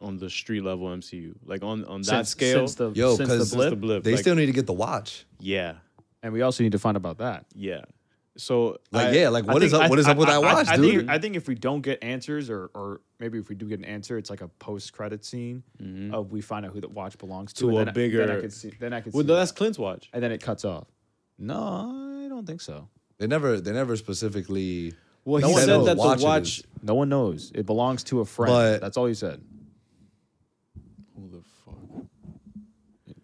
Speaker 7: on the street level MCU. Like on on
Speaker 1: since,
Speaker 7: that scale.
Speaker 1: since the
Speaker 2: Yo,
Speaker 1: since the
Speaker 2: because
Speaker 1: blip,
Speaker 7: the blip.
Speaker 2: they
Speaker 7: like-
Speaker 2: still need to get the watch.
Speaker 7: yeah.
Speaker 1: and we also need to find about that.
Speaker 7: Yeah. So
Speaker 2: Like
Speaker 7: I-
Speaker 2: yeah, like
Speaker 1: I
Speaker 2: what is
Speaker 1: think-
Speaker 2: up?
Speaker 1: I-
Speaker 2: What is up
Speaker 1: I-
Speaker 2: with
Speaker 1: I-
Speaker 2: that watch,
Speaker 1: I, I
Speaker 2: dude?
Speaker 1: Think, I think if we don't get answers, or or maybe if we do get an answer, it's like a post credit scene
Speaker 2: Mm-hmm.
Speaker 1: of we find out who the watch belongs to.
Speaker 7: To
Speaker 1: and then
Speaker 7: a
Speaker 1: I- Then I
Speaker 7: bigger-
Speaker 1: could see. Then I could
Speaker 7: Well,
Speaker 1: see.
Speaker 7: no,
Speaker 1: that.
Speaker 7: that's Clint's watch.
Speaker 1: and then it cuts off. No, I don't think so.
Speaker 2: They never they never specifically
Speaker 7: Well,
Speaker 2: No
Speaker 7: he
Speaker 2: one
Speaker 7: said
Speaker 2: knows
Speaker 7: that the
Speaker 2: what watch
Speaker 7: watch,
Speaker 2: it is.
Speaker 1: No one knows. It belongs to a friend.
Speaker 2: But-
Speaker 1: That's all he said.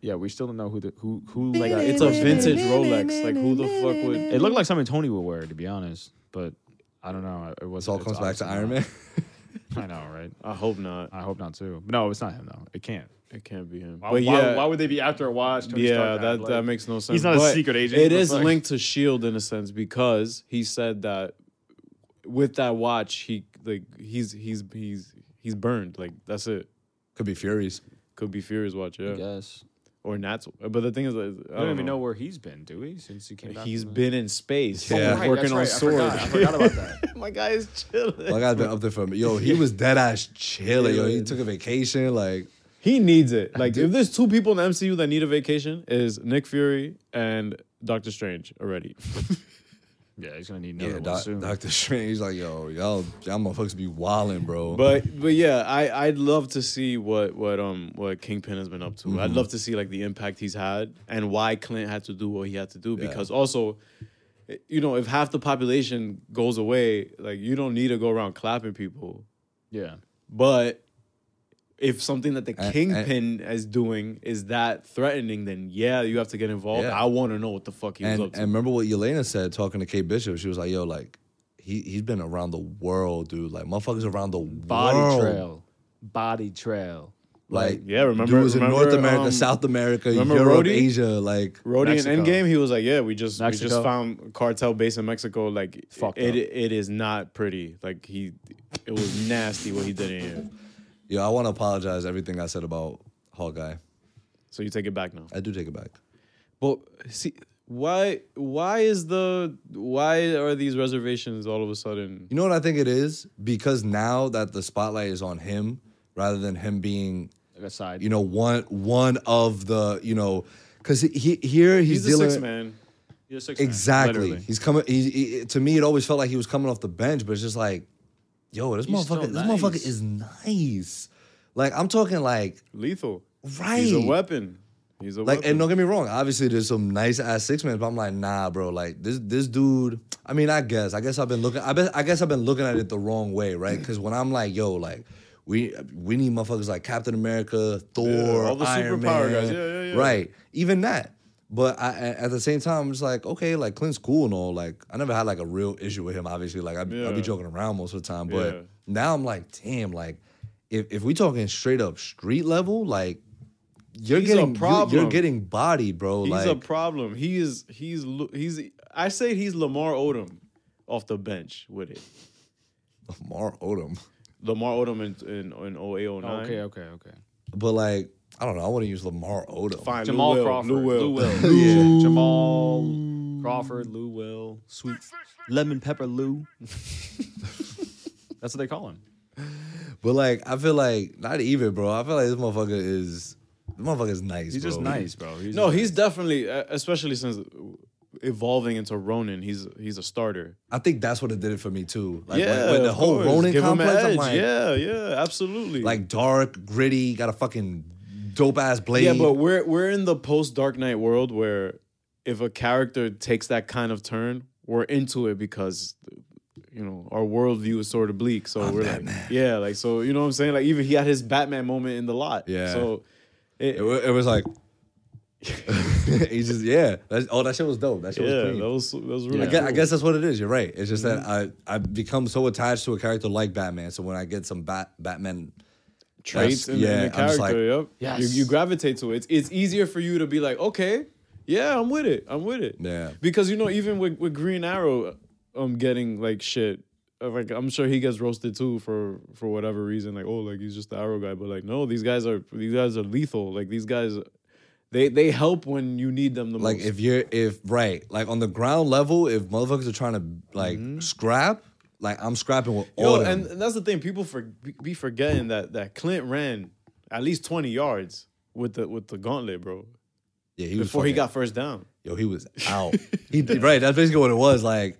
Speaker 1: Yeah, we still don't know who the who who like
Speaker 7: it's a vintage Rolex. Like who the fuck would?
Speaker 1: It looked like something Tony would wear, to be honest. But I don't know. It was
Speaker 2: this all comes back to Iron Man.
Speaker 1: I know, right?
Speaker 7: I hope not.
Speaker 1: I hope not too. But no, it's not him though. It can't.
Speaker 7: It can't be him.
Speaker 1: Why,
Speaker 7: but
Speaker 1: why-
Speaker 7: yeah,
Speaker 1: why, would they be after a watch? Tony
Speaker 7: yeah,
Speaker 1: Stark
Speaker 7: that
Speaker 1: had,
Speaker 7: that
Speaker 1: like-
Speaker 7: makes no sense.
Speaker 1: not a
Speaker 7: But
Speaker 1: secret agent,
Speaker 7: It
Speaker 1: but
Speaker 7: is
Speaker 1: like-
Speaker 7: linked to Shield E in a sense because he said that with that watch, he like he's he's he's he's burned. Like that's it.
Speaker 2: Could be Furies.
Speaker 7: Could be Fury's watch, yeah,
Speaker 1: Yes.
Speaker 7: or Nat's. But the thing is, I don't,
Speaker 1: We don't even know
Speaker 7: know.
Speaker 1: where he's been, do we? Since he came back.
Speaker 7: Oh. He's
Speaker 1: from the-
Speaker 7: been in space,
Speaker 2: Yeah.
Speaker 1: Oh, Right,
Speaker 7: working on
Speaker 1: that's right,
Speaker 7: swords.
Speaker 1: I forgot, I forgot about that.
Speaker 7: My guy is chilling.
Speaker 2: Like I've been up there for a minute. Yo, he was dead ass chilling. Yo, he took a vacation. Like
Speaker 7: He needs it. Like, if there's two people in the MCU that need a vacation, is Nick Fury and Doctor Strange already.
Speaker 1: Yeah, he's gonna need another
Speaker 2: yeah,
Speaker 1: one
Speaker 2: doc,
Speaker 1: soon.
Speaker 2: Doctor Strange. He's like, yo, y'all, y'all motherfuckers be wilding, bro.
Speaker 7: but but yeah, I I'd love to see what what um what Kingpin has been up to.
Speaker 2: Mm-hmm.
Speaker 7: I'd love to see like the impact he's had and why Clint had to do what he had to do
Speaker 2: Yeah.
Speaker 7: because also. eh, You know, if half the population goes away, like you don't need to go around clapping people.
Speaker 1: yeah.
Speaker 7: But if something that the
Speaker 2: I- I-
Speaker 7: kingpin is doing is that threatening, then yeah, you have to get involved.
Speaker 2: Yeah.
Speaker 7: I want to know what the fuck he was
Speaker 2: and
Speaker 7: up
Speaker 2: and
Speaker 7: to.
Speaker 2: remember what Yelena said talking to Kate Bishop. She was like, yo, like he he's been around the world, dude. Like motherfuckers around the
Speaker 1: Body
Speaker 2: world.
Speaker 1: trail. Body trail.
Speaker 2: Like
Speaker 7: Yeah, remember-
Speaker 2: dude was in
Speaker 7: remember,
Speaker 2: North America,
Speaker 7: um,
Speaker 2: South America,
Speaker 7: remember
Speaker 2: Europe,
Speaker 7: Rhodey?
Speaker 2: Asia. Like
Speaker 7: Rhodey
Speaker 1: Mexico.
Speaker 7: in Endgame, he was like, "Yeah, we just we
Speaker 1: Mexico.
Speaker 7: just found a cartel base in Mexico. Like,
Speaker 1: Fucked
Speaker 7: it
Speaker 1: up.
Speaker 7: it is not pretty. Like he, it was nasty what he did in here.
Speaker 2: yo, I want to apologize everything I said about Hawkeye.
Speaker 7: So you take it back now.
Speaker 2: I do take it back.
Speaker 7: Well, see, why why is the why are these reservations all of a sudden?
Speaker 2: You know what I think it is? Because now that the spotlight is on him rather than him being,
Speaker 1: Like aside.
Speaker 2: you know, one one of the, you know, because he, here he's,
Speaker 7: He's, the
Speaker 2: dealing
Speaker 7: six man.
Speaker 1: He's a six man,
Speaker 2: exactly.
Speaker 1: literally.
Speaker 2: He's coming. He, he, to me, it always felt like he was coming off the bench, but it's just like, yo, this
Speaker 1: He's so
Speaker 2: motherfucker, this
Speaker 1: nice.
Speaker 2: motherfucker is nice. Like I'm talking like
Speaker 7: Lethal.
Speaker 2: right,
Speaker 7: He's a weapon. He's a
Speaker 2: like,
Speaker 7: weapon.
Speaker 2: and don't get me wrong. Obviously, there's some nice ass six men, but I'm like, nah, bro. Like this, this dude. I mean, I guess, I guess I've been looking. I bet, I guess I've been looking at it the wrong way, right? Because when I'm like, yo, like. We, we need motherfuckers like Captain America, Thor,
Speaker 7: all the
Speaker 2: Iron
Speaker 7: superpower
Speaker 2: Man,
Speaker 7: guys. Yeah, yeah, yeah.
Speaker 2: right? Even that, but I, a- at the same time, I'm just like, okay, like Clint's cool and all. Like, I never had like a real issue with him. Obviously, like I, I
Speaker 7: Yeah.
Speaker 2: be joking around most of the time, but
Speaker 7: Yeah.
Speaker 2: now I'm like, damn, like if if we talking straight up street level, like you're
Speaker 7: He's a
Speaker 2: getting you-
Speaker 7: problem.
Speaker 2: you're getting body, bro.
Speaker 7: He's
Speaker 2: like
Speaker 7: a problem. He is. He's. Lu- He's. I say he's Lamar Odom off the bench with it.
Speaker 2: Lamar Odom.
Speaker 7: Lamar Odom in in, in 08, 09.
Speaker 1: Okay, okay, okay.
Speaker 2: But like, I don't know. I want to use Lamar Odom.
Speaker 7: Fine.
Speaker 1: Jamal
Speaker 7: Lou Will,
Speaker 1: Crawford,
Speaker 7: Lou Will.
Speaker 1: yeah. Jamal Crawford, Lou Will, sweet lemon pepper Lou. That's what they call him.
Speaker 2: But like, I feel like not even, bro. I feel like this motherfucker is this motherfucker is nice.
Speaker 1: He's just
Speaker 2: bro.
Speaker 1: nice, bro. He's
Speaker 7: No,
Speaker 1: just
Speaker 7: he's definitely, uh, especially since evolving into Ronin, he's he's a starter.
Speaker 2: I think that's what it did it for me too. Like
Speaker 7: yeah,
Speaker 2: when, when the
Speaker 7: of
Speaker 2: whole
Speaker 7: course.
Speaker 2: Ronin
Speaker 7: Give him an
Speaker 2: complex, I'm
Speaker 7: edge.
Speaker 2: like,
Speaker 7: yeah, yeah, absolutely.
Speaker 2: like dark, gritty, got a fucking dope ass blade.
Speaker 7: yeah, but we're we're in the post Dark Knight world where if a character takes that kind of turn, we're into it because you know our worldview is sort of bleak. So we're like, yeah, like so you know what I'm saying. Like even he had his Batman moment in the lot.
Speaker 2: Yeah.
Speaker 7: So
Speaker 2: it, wa- it was like he just yeah. That's, oh, that shit was dope. That shit was
Speaker 7: yeah,
Speaker 2: clean.
Speaker 7: that was that was
Speaker 2: I,
Speaker 7: really.
Speaker 2: guess, I
Speaker 7: cool.
Speaker 2: guess that's what it is. You're right. It's just
Speaker 7: Mm-hmm.
Speaker 2: that I I become so attached to a character like Batman. So when I get some bat Batman
Speaker 7: traits
Speaker 2: That's-
Speaker 7: in, in
Speaker 2: yeah,
Speaker 7: the
Speaker 2: I'm just
Speaker 7: character.
Speaker 2: like,
Speaker 7: yep.
Speaker 1: Yes.
Speaker 7: You, you gravitate to it. It's, it's easier for you to be like, okay, yeah, I'm with it. I'm with it.
Speaker 2: Yeah.
Speaker 7: Because you know, even with, with Green Arrow, um, getting like shit. uh, Like I'm sure he gets roasted too for for whatever reason. Like oh, like he's just the Arrow guy. But like no, these guys are these guys are lethal. Like these guys, they they help when you need them the
Speaker 2: Like
Speaker 7: most.
Speaker 2: if you're if right, like on the ground level, if motherfuckers are trying to like scrap, like I'm scrapping with all
Speaker 7: Mm-hmm. Yo,
Speaker 2: of them.
Speaker 7: and, and that's the thing. People for, be- be forgetting that that Clint ran at least 20 yards with the with the gauntlet, bro.
Speaker 2: yeah, he was
Speaker 7: Before he
Speaker 2: fucking-
Speaker 7: got first down.
Speaker 2: yo, he was out. he right, that's basically what it was. Like,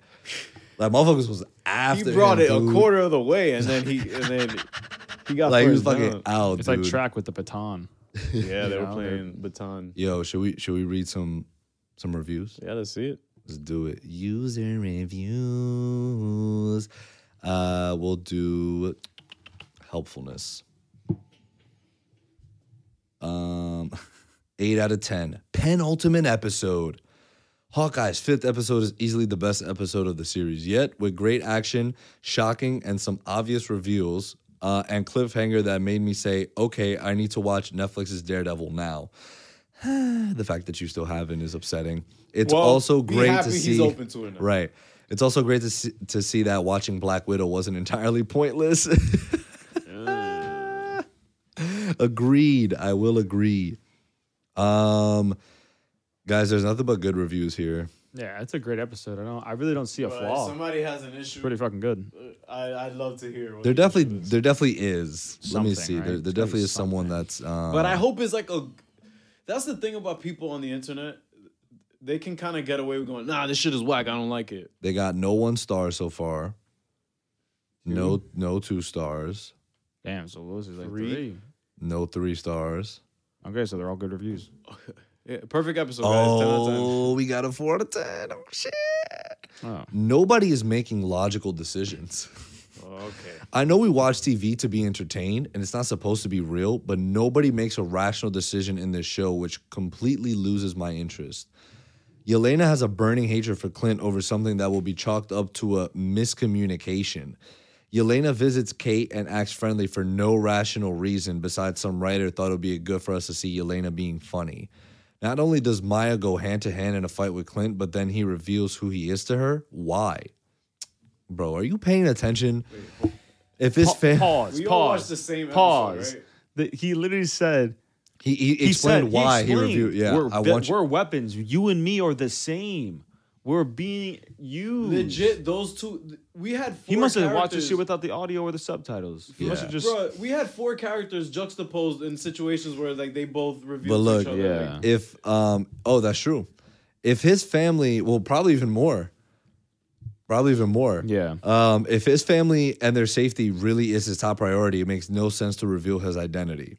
Speaker 2: like motherfuckers was after.
Speaker 7: he brought
Speaker 2: him,
Speaker 7: it
Speaker 2: dude.
Speaker 7: a quarter of the way, and then he and then he got
Speaker 2: Like he was
Speaker 7: first
Speaker 2: fucking
Speaker 7: down.
Speaker 2: out.
Speaker 1: It's
Speaker 2: dude.
Speaker 1: like track with the baton.
Speaker 7: Yeah, they were
Speaker 1: know,
Speaker 7: playing baton.
Speaker 2: Yo, should we should we read some some reviews?
Speaker 7: Yeah, let's see it.
Speaker 2: Let's do it. User reviews. Uh, we'll do helpfulness. Um, eight out of ten. Penultimate episode. Hawkeye's fifth episode is easily the best episode of the series yet, with great action, shocking, and some obvious reveals, uh, and cliffhanger that made me say, "Okay, I need to watch Netflix's Daredevil now." the fact that you still haven't is upsetting. It's
Speaker 7: Well,
Speaker 2: also
Speaker 7: be
Speaker 2: great
Speaker 7: happy
Speaker 2: to
Speaker 7: he's
Speaker 2: see.
Speaker 7: open to it now.
Speaker 2: Right. It's also great to see, to see that watching Black Widow wasn't entirely pointless. Agreed. I will agree. Um, guys, there's nothing but good reviews here.
Speaker 1: Yeah, it's a great episode. I don't. I really don't see a flaw.
Speaker 7: somebody has an issue.
Speaker 1: Pretty fucking good.
Speaker 7: I, I'd love to hear.
Speaker 2: There definitely, there definitely is. Let me
Speaker 1: Something,
Speaker 2: see.
Speaker 1: right?
Speaker 2: There, there
Speaker 1: It's gotta be
Speaker 2: definitely is someone that's. Um,
Speaker 7: but I hope it's like a. That's the thing about people on the internet. They can kind of get away with going, nah, this shit is whack. I don't like it.
Speaker 2: They got no one star so far. No, no two stars.
Speaker 1: Damn, so those is like
Speaker 7: Three.
Speaker 1: three.
Speaker 2: No three stars.
Speaker 1: Okay, so they're all good reviews.
Speaker 7: Yeah, perfect episode, guys. 10 out of
Speaker 2: Oh, we got a four out of ten. Oh shit!
Speaker 1: Oh,
Speaker 2: Nobody is making logical decisions.
Speaker 7: 10. Oh, okay.
Speaker 2: I know we watch TV to be entertained and it's not supposed to be real, but nobody makes a rational decision in this show, which completely loses my interest. Yelena has a burning hatred for Clint over something that will be chalked up to a miscommunication. Yelena visits Kate and acts friendly for no rational reason besides some writer thought it would be good for us to see Yelena being funny. Not only does Maya go hand to hand in a fight with Clint, but then he reveals who he is to her. Why? Bro, are you paying attention? If his
Speaker 1: Pa-
Speaker 2: fam-
Speaker 1: pause.
Speaker 7: We
Speaker 1: pause.
Speaker 7: all watched the same episode,
Speaker 1: Pause.
Speaker 7: right?
Speaker 1: The- he literally said.
Speaker 2: He, he explained
Speaker 1: He said
Speaker 2: why he,
Speaker 1: explained,
Speaker 2: reviewed. Yeah,
Speaker 1: we're,
Speaker 2: I
Speaker 1: ve-
Speaker 2: want you.
Speaker 1: we're weapons. You and me are the same. We're being you.
Speaker 7: Legit, those two. We had four
Speaker 1: He must have watched this
Speaker 7: characters.
Speaker 1: shit without the audio or the subtitles. He must
Speaker 2: Yeah.
Speaker 1: have just.
Speaker 7: Bro, we had four characters juxtaposed in situations where like they both revealed
Speaker 2: But look,
Speaker 7: each other.
Speaker 1: Yeah.
Speaker 7: like,
Speaker 2: If um, oh, that's true. If his family, well, probably even more. Probably even more.
Speaker 1: Yeah.
Speaker 2: Um, if his family and their safety really is his top priority, it makes no sense to reveal his identity.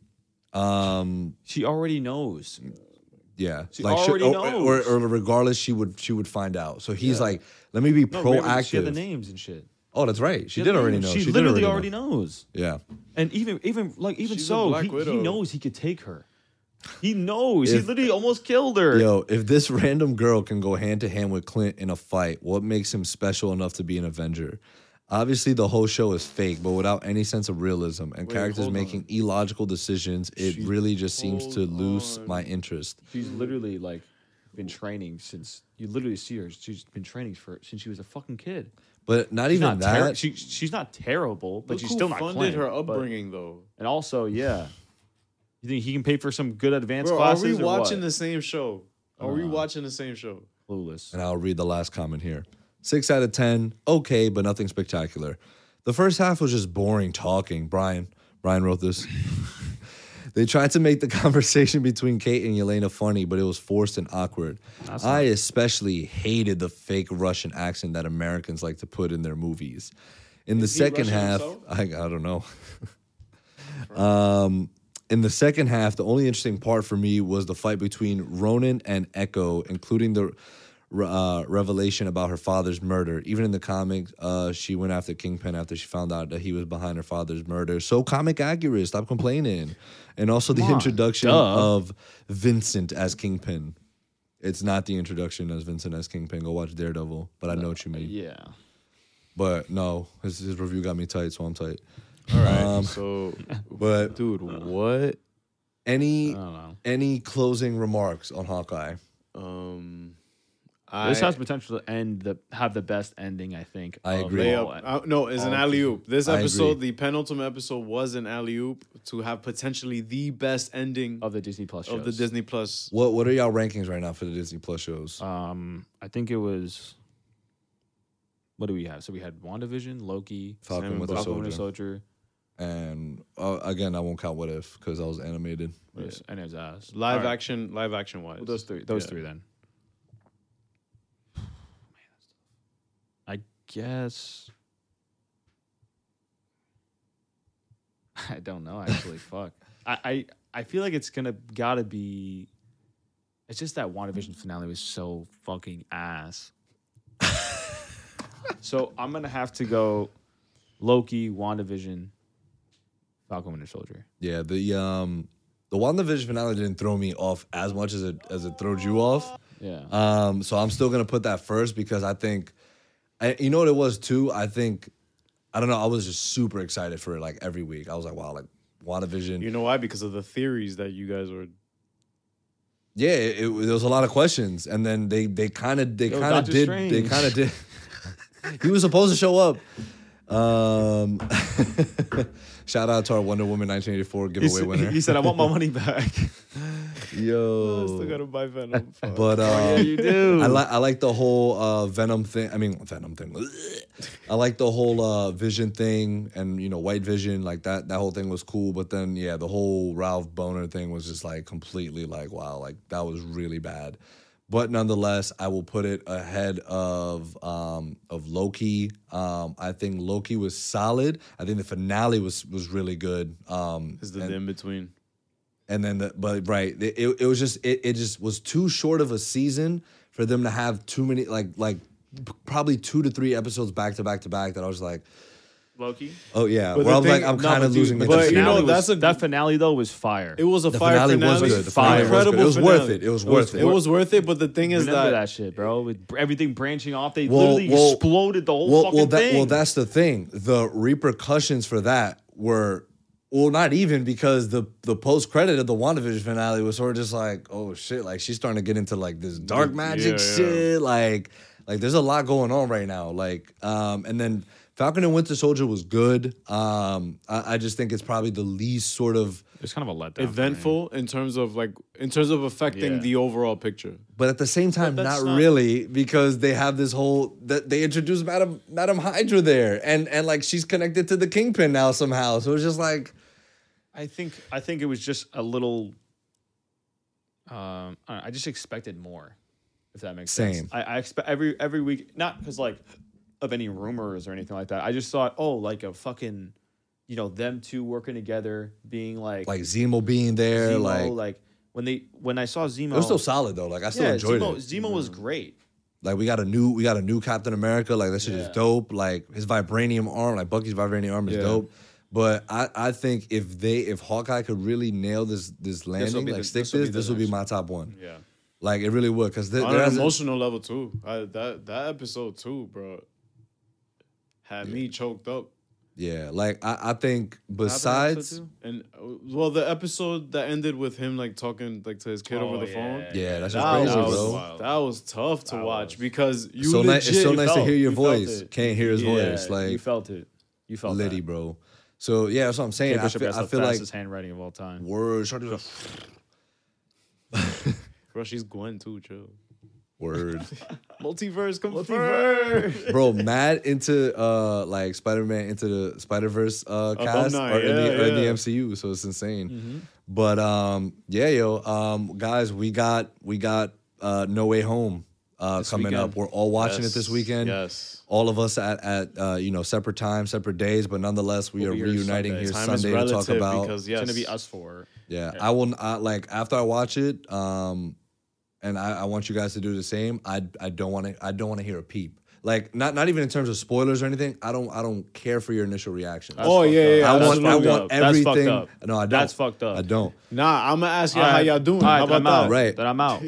Speaker 2: Um,
Speaker 1: She already knows.
Speaker 2: yeah,
Speaker 1: She already
Speaker 2: or,
Speaker 1: knows.
Speaker 2: Or, or regardless, she would she would find out. So he's like, let me be
Speaker 1: No, remember, She
Speaker 2: proactive.
Speaker 1: had the names and shit.
Speaker 2: oh, that's right. She
Speaker 1: She
Speaker 2: did
Speaker 1: had the
Speaker 2: already
Speaker 1: names.
Speaker 2: know.
Speaker 1: She,
Speaker 2: did
Speaker 1: literally
Speaker 2: know.
Speaker 1: already knows.
Speaker 2: Yeah.
Speaker 1: And even even like even
Speaker 7: She's a
Speaker 1: so,
Speaker 7: Black
Speaker 1: he, he
Speaker 7: Widow.
Speaker 1: knows he could take her. He knows. he
Speaker 2: If-
Speaker 1: literally almost killed her.
Speaker 2: Yo, if this random girl can go hand to hand with Clint in a fight, what makes him special enough to be an Avenger? Obviously, the whole show is fake, but without any sense of realism and
Speaker 7: Wait,
Speaker 2: characters
Speaker 7: hold
Speaker 2: making illogical decisions, it
Speaker 7: She-
Speaker 2: really just seems to
Speaker 7: hold
Speaker 2: lose
Speaker 7: on.
Speaker 2: my interest.
Speaker 1: She's literally like been training since you literally see her. She's been training for since she was a fucking kid.
Speaker 2: But not
Speaker 1: She's
Speaker 2: even
Speaker 1: not
Speaker 2: that.
Speaker 1: ter- she, she's not terrible, but
Speaker 7: Look
Speaker 1: she's
Speaker 7: who
Speaker 1: still not
Speaker 7: funded
Speaker 1: playing,
Speaker 7: her
Speaker 1: but-
Speaker 7: upbringing though.
Speaker 1: and also, yeah, you think he can pay for some good advanced
Speaker 7: Bro, are
Speaker 1: classes?
Speaker 7: we
Speaker 1: or what?
Speaker 7: watching the same show? Are we watching the same show?
Speaker 1: Clueless.
Speaker 2: and I'll read the last comment here. Six out of 10, okay, but nothing spectacular. The first half was just boring talking. Brian, Brian wrote this. they tried to make the conversation between Kate and Yelena funny, but it was forced and awkward. I especially hated the fake Russian accent that Americans like to put in their movies. In the
Speaker 7: he
Speaker 2: second
Speaker 7: Russian
Speaker 2: half,
Speaker 7: himself?
Speaker 2: I, I don't know. In the second half, the only interesting part for me was the fight between Ronan and Echo, including the uh, revelation about her father's murder. Even in the comics, uh, she went after Kingpin after she found out that he was behind her father's murder. So comic accurate. Stop complaining. And also the
Speaker 1: Come on,
Speaker 2: introduction
Speaker 1: duh.
Speaker 2: of Vincent as Kingpin. It's not the introduction as Vincent as Kingpin. Go watch Daredevil, but I know what you mean.
Speaker 1: Yeah,
Speaker 2: But no, his, his review got me tight, so I'm tight.
Speaker 7: All right. so,
Speaker 2: But
Speaker 7: dude, what?
Speaker 2: any
Speaker 1: I don't know.
Speaker 2: any closing remarks on Hawkeye?
Speaker 7: Um,
Speaker 1: This
Speaker 7: I-
Speaker 1: has potential to end the have the best ending. I think.
Speaker 2: I
Speaker 1: of
Speaker 2: agree.
Speaker 1: all-
Speaker 7: Layup. Uh, no, it's an
Speaker 2: all
Speaker 7: alley oop. This
Speaker 2: I agree.
Speaker 7: episode, the penultimate episode, was an alley oop to have potentially the best ending of,
Speaker 1: of the Disney Plus shows.
Speaker 7: the Disney Plus.
Speaker 2: What what are y'all rankings right now for the Disney Plus shows?
Speaker 1: Um, I think it was. What do we have? So we had WandaVision, Loki,
Speaker 2: Falcon
Speaker 7: Sam
Speaker 2: with
Speaker 7: and
Speaker 1: Falcon
Speaker 2: a Soldier,
Speaker 1: Winter Soldier,
Speaker 2: and uh, again I won't count What If because I was animated.
Speaker 1: yes, and his ass.
Speaker 7: Live
Speaker 1: All right,
Speaker 7: action, live action wise.
Speaker 1: well, those three. Those
Speaker 7: Yeah.
Speaker 1: three then. I guess. I don't know actually. Fuck. I, I I feel like it's gonna gotta be. It's just that WandaVision finale was so fucking ass. so I'm gonna have to go Loki, WandaVision, Falcon Winter Soldier.
Speaker 2: Yeah, the um the WandaVision finale didn't throw me off as much as it as it throwed you off.
Speaker 1: Yeah.
Speaker 2: Um, so I'm still gonna put that first because I think, I, you know what it was too. I think, I don't know. I was just super excited for it like every week. I was like, wow, like WandaVision.
Speaker 7: You know why? Because of the theories that you guys were.
Speaker 2: yeah, it, it, there was a lot of questions, and then they they kind of they
Speaker 1: Yo,
Speaker 2: kind of
Speaker 1: Doctor
Speaker 2: did they
Speaker 1: Strange.
Speaker 2: kind of did. he was supposed to show up. Um, shout out to our Wonder Woman 1984 giveaway winner.
Speaker 1: said, "I want my money back." Oh,
Speaker 2: Yo,
Speaker 7: still gotta buy Venom. Fuck.
Speaker 2: Oh. but uh,
Speaker 1: you do.
Speaker 2: I like I like the whole uh, Venom thing. I mean Venom thing. I like the whole uh, Vision thing, and you know White Vision. Like that that whole thing was cool. But then yeah, the whole Ralph Boner thing was just like completely like wow, like that was really bad. But nonetheless, I will put it ahead of um, of Loki. Um, I think Loki was solid. I think the finale was was really good. Um,
Speaker 7: Is the
Speaker 2: and-
Speaker 7: in between?
Speaker 2: and then the but right it, it, it was just it, it just was too short of a season for them to have too many like like p- probably two to three episodes back to back to back that i was like
Speaker 1: Loki.
Speaker 2: oh yeah where
Speaker 7: But the
Speaker 2: i'm like
Speaker 7: thing-
Speaker 2: i'm
Speaker 7: no,
Speaker 2: kind
Speaker 7: but
Speaker 2: of
Speaker 7: dude,
Speaker 2: losing
Speaker 7: but
Speaker 2: interest
Speaker 7: you
Speaker 2: now.
Speaker 7: know,
Speaker 1: was-
Speaker 7: that's a-
Speaker 1: that finale though was fire.
Speaker 7: It was a
Speaker 2: the
Speaker 7: fire
Speaker 2: finale
Speaker 7: finale.
Speaker 2: was good. The
Speaker 1: fire.
Speaker 2: finale was good. It was worth it. It was worth it.
Speaker 7: It was worth it. But the thing is
Speaker 1: Remember that,
Speaker 7: that
Speaker 1: shit, bro. With br- everything branching off, they
Speaker 2: Well,
Speaker 1: literally
Speaker 2: well,
Speaker 1: exploded the whole fucking
Speaker 2: well, that,
Speaker 1: thing.
Speaker 2: Well, that's the thing. The repercussions for that were well, not even because the the post credit of the WandaVision finale was sort of just like, oh shit, like she's starting to get into like this dark magic
Speaker 7: yeah.
Speaker 2: shit. Like, like there's a lot going on right now. Like, um, and then Falcon and Winter Soldier was good. Um, I, I just think it's probably the least sort of.
Speaker 1: it's kind of a letdown. for me.
Speaker 7: eventful in terms of like in terms of affecting
Speaker 1: Oh, Yeah.
Speaker 7: the overall picture.
Speaker 2: But at the same time,
Speaker 7: But
Speaker 2: not,
Speaker 7: that's not-
Speaker 2: really, because they have this whole that they introduced Madam Madam Hydra there, and and like she's connected to the Kingpin now somehow. So it's just like
Speaker 1: I think I think it was just a little. Um, I, don't know, I just expected more, if that makes
Speaker 2: Same.
Speaker 1: sense. I, I expect every every week, not because like of any rumors or anything like that. I just thought, oh, like a fucking, you know, them two working together, being like
Speaker 2: like Zemo being there,
Speaker 1: Zemo,
Speaker 2: like,
Speaker 1: like, when they when I saw Zemo,
Speaker 2: it was still solid though. Like I still
Speaker 1: yeah,
Speaker 2: enjoyed
Speaker 1: Zemo,
Speaker 2: it.
Speaker 1: Zemo was great.
Speaker 2: Like we got a new we got a new Captain America. Like that shit is
Speaker 1: Yeah.
Speaker 2: dope. Like his vibranium arm, like Bucky's vibranium arm is
Speaker 7: Yeah.
Speaker 2: dope. But I, I think if they if Hawkeye could really nail this this landing,
Speaker 1: be
Speaker 2: like
Speaker 1: the-
Speaker 2: stick
Speaker 1: this'll be
Speaker 2: this,
Speaker 1: the
Speaker 2: this would be
Speaker 1: next
Speaker 2: my top one.
Speaker 1: Yeah.
Speaker 2: Like it really would because there,
Speaker 7: On
Speaker 2: there
Speaker 7: an
Speaker 2: hasn't-
Speaker 7: emotional level too. I, that that episode too, bro. had me choked up.
Speaker 2: Yeah, like I, I think
Speaker 7: What happened in
Speaker 2: besides,
Speaker 7: episode two? and uh, well, the episode that ended with him like talking like to his kid over
Speaker 1: Oh,
Speaker 7: the phone.
Speaker 1: yeah.
Speaker 2: yeah, that's just
Speaker 7: That
Speaker 2: crazy,
Speaker 7: was,
Speaker 2: bro.
Speaker 1: wild.
Speaker 7: that was tough to
Speaker 1: That
Speaker 7: watch
Speaker 1: was.
Speaker 7: because you
Speaker 2: so ni-
Speaker 7: legit,
Speaker 2: it's so
Speaker 7: you
Speaker 2: nice to
Speaker 7: felt-
Speaker 2: hear your
Speaker 7: you felt
Speaker 2: voice.
Speaker 7: it.
Speaker 2: Can't hear his voice,
Speaker 1: Yeah, you
Speaker 2: like
Speaker 1: felt it. You felt
Speaker 2: Liddy,
Speaker 1: that.
Speaker 2: bro. So yeah, that's what I'm saying.
Speaker 1: Kate
Speaker 2: I
Speaker 1: Bishop
Speaker 2: feel,
Speaker 1: has
Speaker 2: I
Speaker 1: the
Speaker 2: feel like
Speaker 1: fastest handwriting of all time.
Speaker 2: words. Try to do a-
Speaker 7: Bro, she's Gwen too, chill.
Speaker 2: Word.
Speaker 7: Multiverse confirmed.
Speaker 2: Bro, mad into uh like Spider-Man into the Spider-Verse uh cast
Speaker 7: Alumni,
Speaker 2: or, in the,
Speaker 7: yeah,
Speaker 2: or in the
Speaker 7: yeah. Mm-hmm.
Speaker 2: MCU, so it's insane. But um yeah, yo, um guys, we got we got uh No Way Home uh coming
Speaker 1: weekend.
Speaker 2: up. We're all watching it this weekend.
Speaker 7: Yes.
Speaker 2: All of us at at uh you know separate times, separate days, but nonetheless we
Speaker 1: We'll
Speaker 2: are
Speaker 1: be here
Speaker 2: reuniting
Speaker 1: Sunday.
Speaker 2: here
Speaker 7: Time
Speaker 2: Sunday
Speaker 7: is
Speaker 2: to
Speaker 7: relative
Speaker 2: talk about
Speaker 7: because
Speaker 1: It's
Speaker 7: yes,
Speaker 1: gonna be us four.
Speaker 2: yeah, I will not like after I watch it, um, and I, I want you guys to do the same. I I don't want to I don't want to hear a peep. Like not not even in terms of spoilers or anything. I don't I don't care for your initial reactions.
Speaker 1: That's
Speaker 7: Oh
Speaker 1: fucked
Speaker 7: yeah, yeah.
Speaker 1: up.
Speaker 7: yeah,
Speaker 2: I
Speaker 7: that's
Speaker 2: want I
Speaker 7: fucked
Speaker 2: want
Speaker 7: up.
Speaker 1: That's fucked
Speaker 2: everything.
Speaker 1: up.
Speaker 2: No, I don't.
Speaker 1: That's fucked up.
Speaker 2: I don't
Speaker 7: Nah, I'm gonna ask y'all all
Speaker 1: All
Speaker 7: how
Speaker 1: right.
Speaker 7: y'all doing.
Speaker 1: All right,
Speaker 7: how about
Speaker 1: I'm out.
Speaker 7: that?
Speaker 2: Right.
Speaker 1: Then I'm out.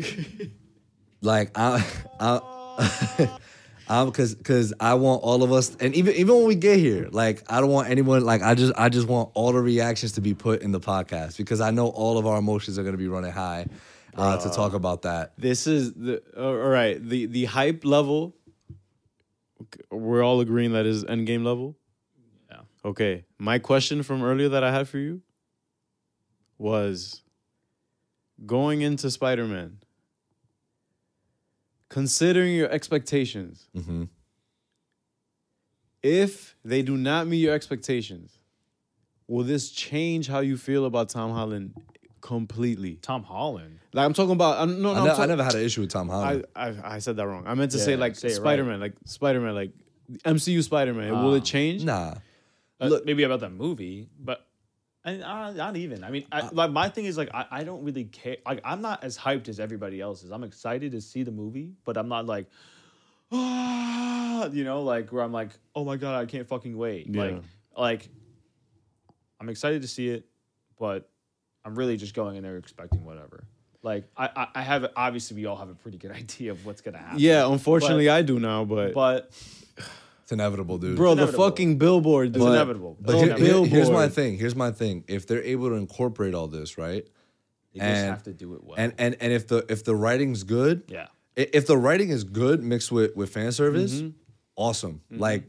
Speaker 2: like I I. I'm cause cause I want all of us and even even when we get here, like I don't want anyone like I just I just want all the reactions to be put in the podcast because I know all of our emotions are gonna be running high uh, to talk about that.
Speaker 7: This is the uh, all right. The the hype level. We're all agreeing that is endgame level.
Speaker 1: Yeah.
Speaker 7: Okay. My question from earlier that I had for you was going into Spider Man. Considering your expectations,
Speaker 2: hmm
Speaker 7: if they do not meet your expectations, will this change how you feel about Tom Holland completely?
Speaker 1: Tom Holland.
Speaker 7: Like I'm talking about, I'm, no, no,
Speaker 2: I,
Speaker 7: I'm
Speaker 2: ne- I
Speaker 7: talk-
Speaker 2: never had an issue with Tom Holland.
Speaker 7: I, I I said that wrong. I meant to
Speaker 1: Yeah,
Speaker 7: say like
Speaker 1: say it right.
Speaker 7: Spider Man, like Spider Man, like MCU Spider Man. Will
Speaker 1: Ah.
Speaker 7: it change?
Speaker 2: Nah.
Speaker 1: Uh,
Speaker 2: Look-
Speaker 1: maybe about the movie, but and uh, not even. I mean, I, like my thing is like I, I don't really care. Like I'm not as hyped as everybody else is. I'm excited to see the movie, but I'm not like, ah, you know, like where I'm like, oh my god, I can't fucking wait. Like,
Speaker 7: Yeah.
Speaker 1: like I'm excited to see it, but I'm really just going in there expecting whatever. Like I, I, I have obviously we all have a pretty good idea of what's gonna happen.
Speaker 7: Yeah, unfortunately, I do now, but,
Speaker 1: but
Speaker 2: It's inevitable, dude.
Speaker 7: bro, the
Speaker 1: inevitable.
Speaker 7: fucking billboard.
Speaker 1: it's
Speaker 7: dude.
Speaker 1: inevitable.
Speaker 2: but
Speaker 1: It's
Speaker 2: here-
Speaker 1: inevitable.
Speaker 2: here- here's my
Speaker 7: Billboard.
Speaker 2: thing. Here's my thing. If they're able to incorporate all this, right?
Speaker 1: They just
Speaker 2: and-
Speaker 1: have to do it well.
Speaker 2: And and and if the if the writing's good,
Speaker 1: yeah.
Speaker 2: i- if the writing is good mixed with with fan service,
Speaker 7: Mm-hmm.
Speaker 2: awesome. Like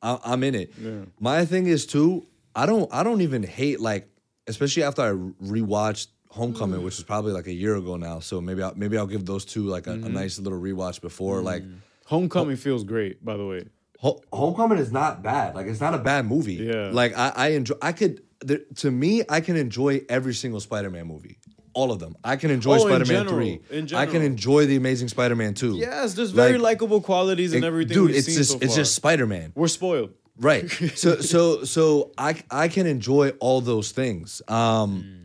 Speaker 2: I, I'm in it. My thing is too. I don't I don't even hate like especially after I rewatched Homecoming, which was probably like a year ago now. So maybe I'll, maybe I'll give those two like a,
Speaker 7: Mm-hmm.
Speaker 2: a nice little rewatch before like
Speaker 7: Homecoming feels great, by the way.
Speaker 2: Ho- Homecoming is not bad. Like it's not a bad movie.
Speaker 7: Yeah.
Speaker 2: Like I, I enjoy. I could. There, to me, I can enjoy every single Spider-Man movie. All of them. I can enjoy
Speaker 7: Oh, in
Speaker 2: Spider-Man
Speaker 7: general,
Speaker 2: three.
Speaker 7: in
Speaker 2: I can
Speaker 7: general.
Speaker 2: enjoy the Amazing Spider-Man two.
Speaker 7: Yes, there's
Speaker 2: Like,
Speaker 7: very likable qualities and
Speaker 2: it-
Speaker 7: everything.
Speaker 2: Dude,
Speaker 7: we've
Speaker 2: it's
Speaker 7: seen
Speaker 2: just
Speaker 7: so
Speaker 2: it's
Speaker 7: far.
Speaker 2: just Spider-Man.
Speaker 7: we're spoiled.
Speaker 2: Right. So so so I I can enjoy all those things. Um
Speaker 7: Hmm.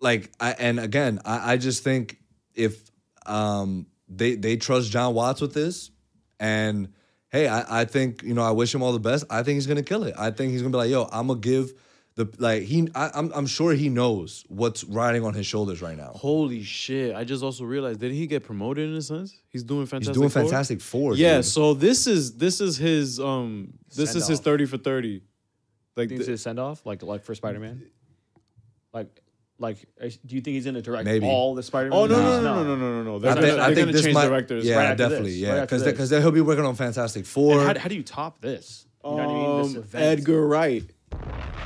Speaker 2: like I and again, I, I just think if um they they trust John Watts with this and hey, I, I think, you know, I wish him all the best. I think he's gonna kill it. I think he's gonna be like, yo, I'm gonna give the like he I, I'm I'm sure he knows what's riding on his shoulders right now.
Speaker 7: Holy shit! I just also realized didn't he get promoted in a sense? He's doing
Speaker 2: He's
Speaker 7: fantastic.
Speaker 2: doing
Speaker 7: Four?
Speaker 2: fantastic four.
Speaker 7: Yeah.
Speaker 2: dude.
Speaker 7: So this is this is his um this is his
Speaker 1: Send-off.
Speaker 7: thirty for thirty. Like
Speaker 1: think it's
Speaker 7: th-
Speaker 1: a send off, like like for Spider Man? Like, like, is- do you think he's gonna direct
Speaker 2: Maybe.
Speaker 1: all the Spider Man?
Speaker 7: oh no no no no no no no no! They're
Speaker 2: I
Speaker 7: gonna,
Speaker 2: think, I
Speaker 7: they're
Speaker 2: think
Speaker 7: gonna
Speaker 2: this
Speaker 7: change
Speaker 2: might,
Speaker 7: directors.
Speaker 2: yeah,
Speaker 1: right after
Speaker 2: definitely,
Speaker 1: this,
Speaker 2: yeah,
Speaker 1: right after
Speaker 2: because
Speaker 1: this.
Speaker 2: because he'll be working on Fantastic Four.
Speaker 1: How, how do you top this? You know what I mean? This
Speaker 7: Um,
Speaker 1: event.
Speaker 7: Edgar Wright.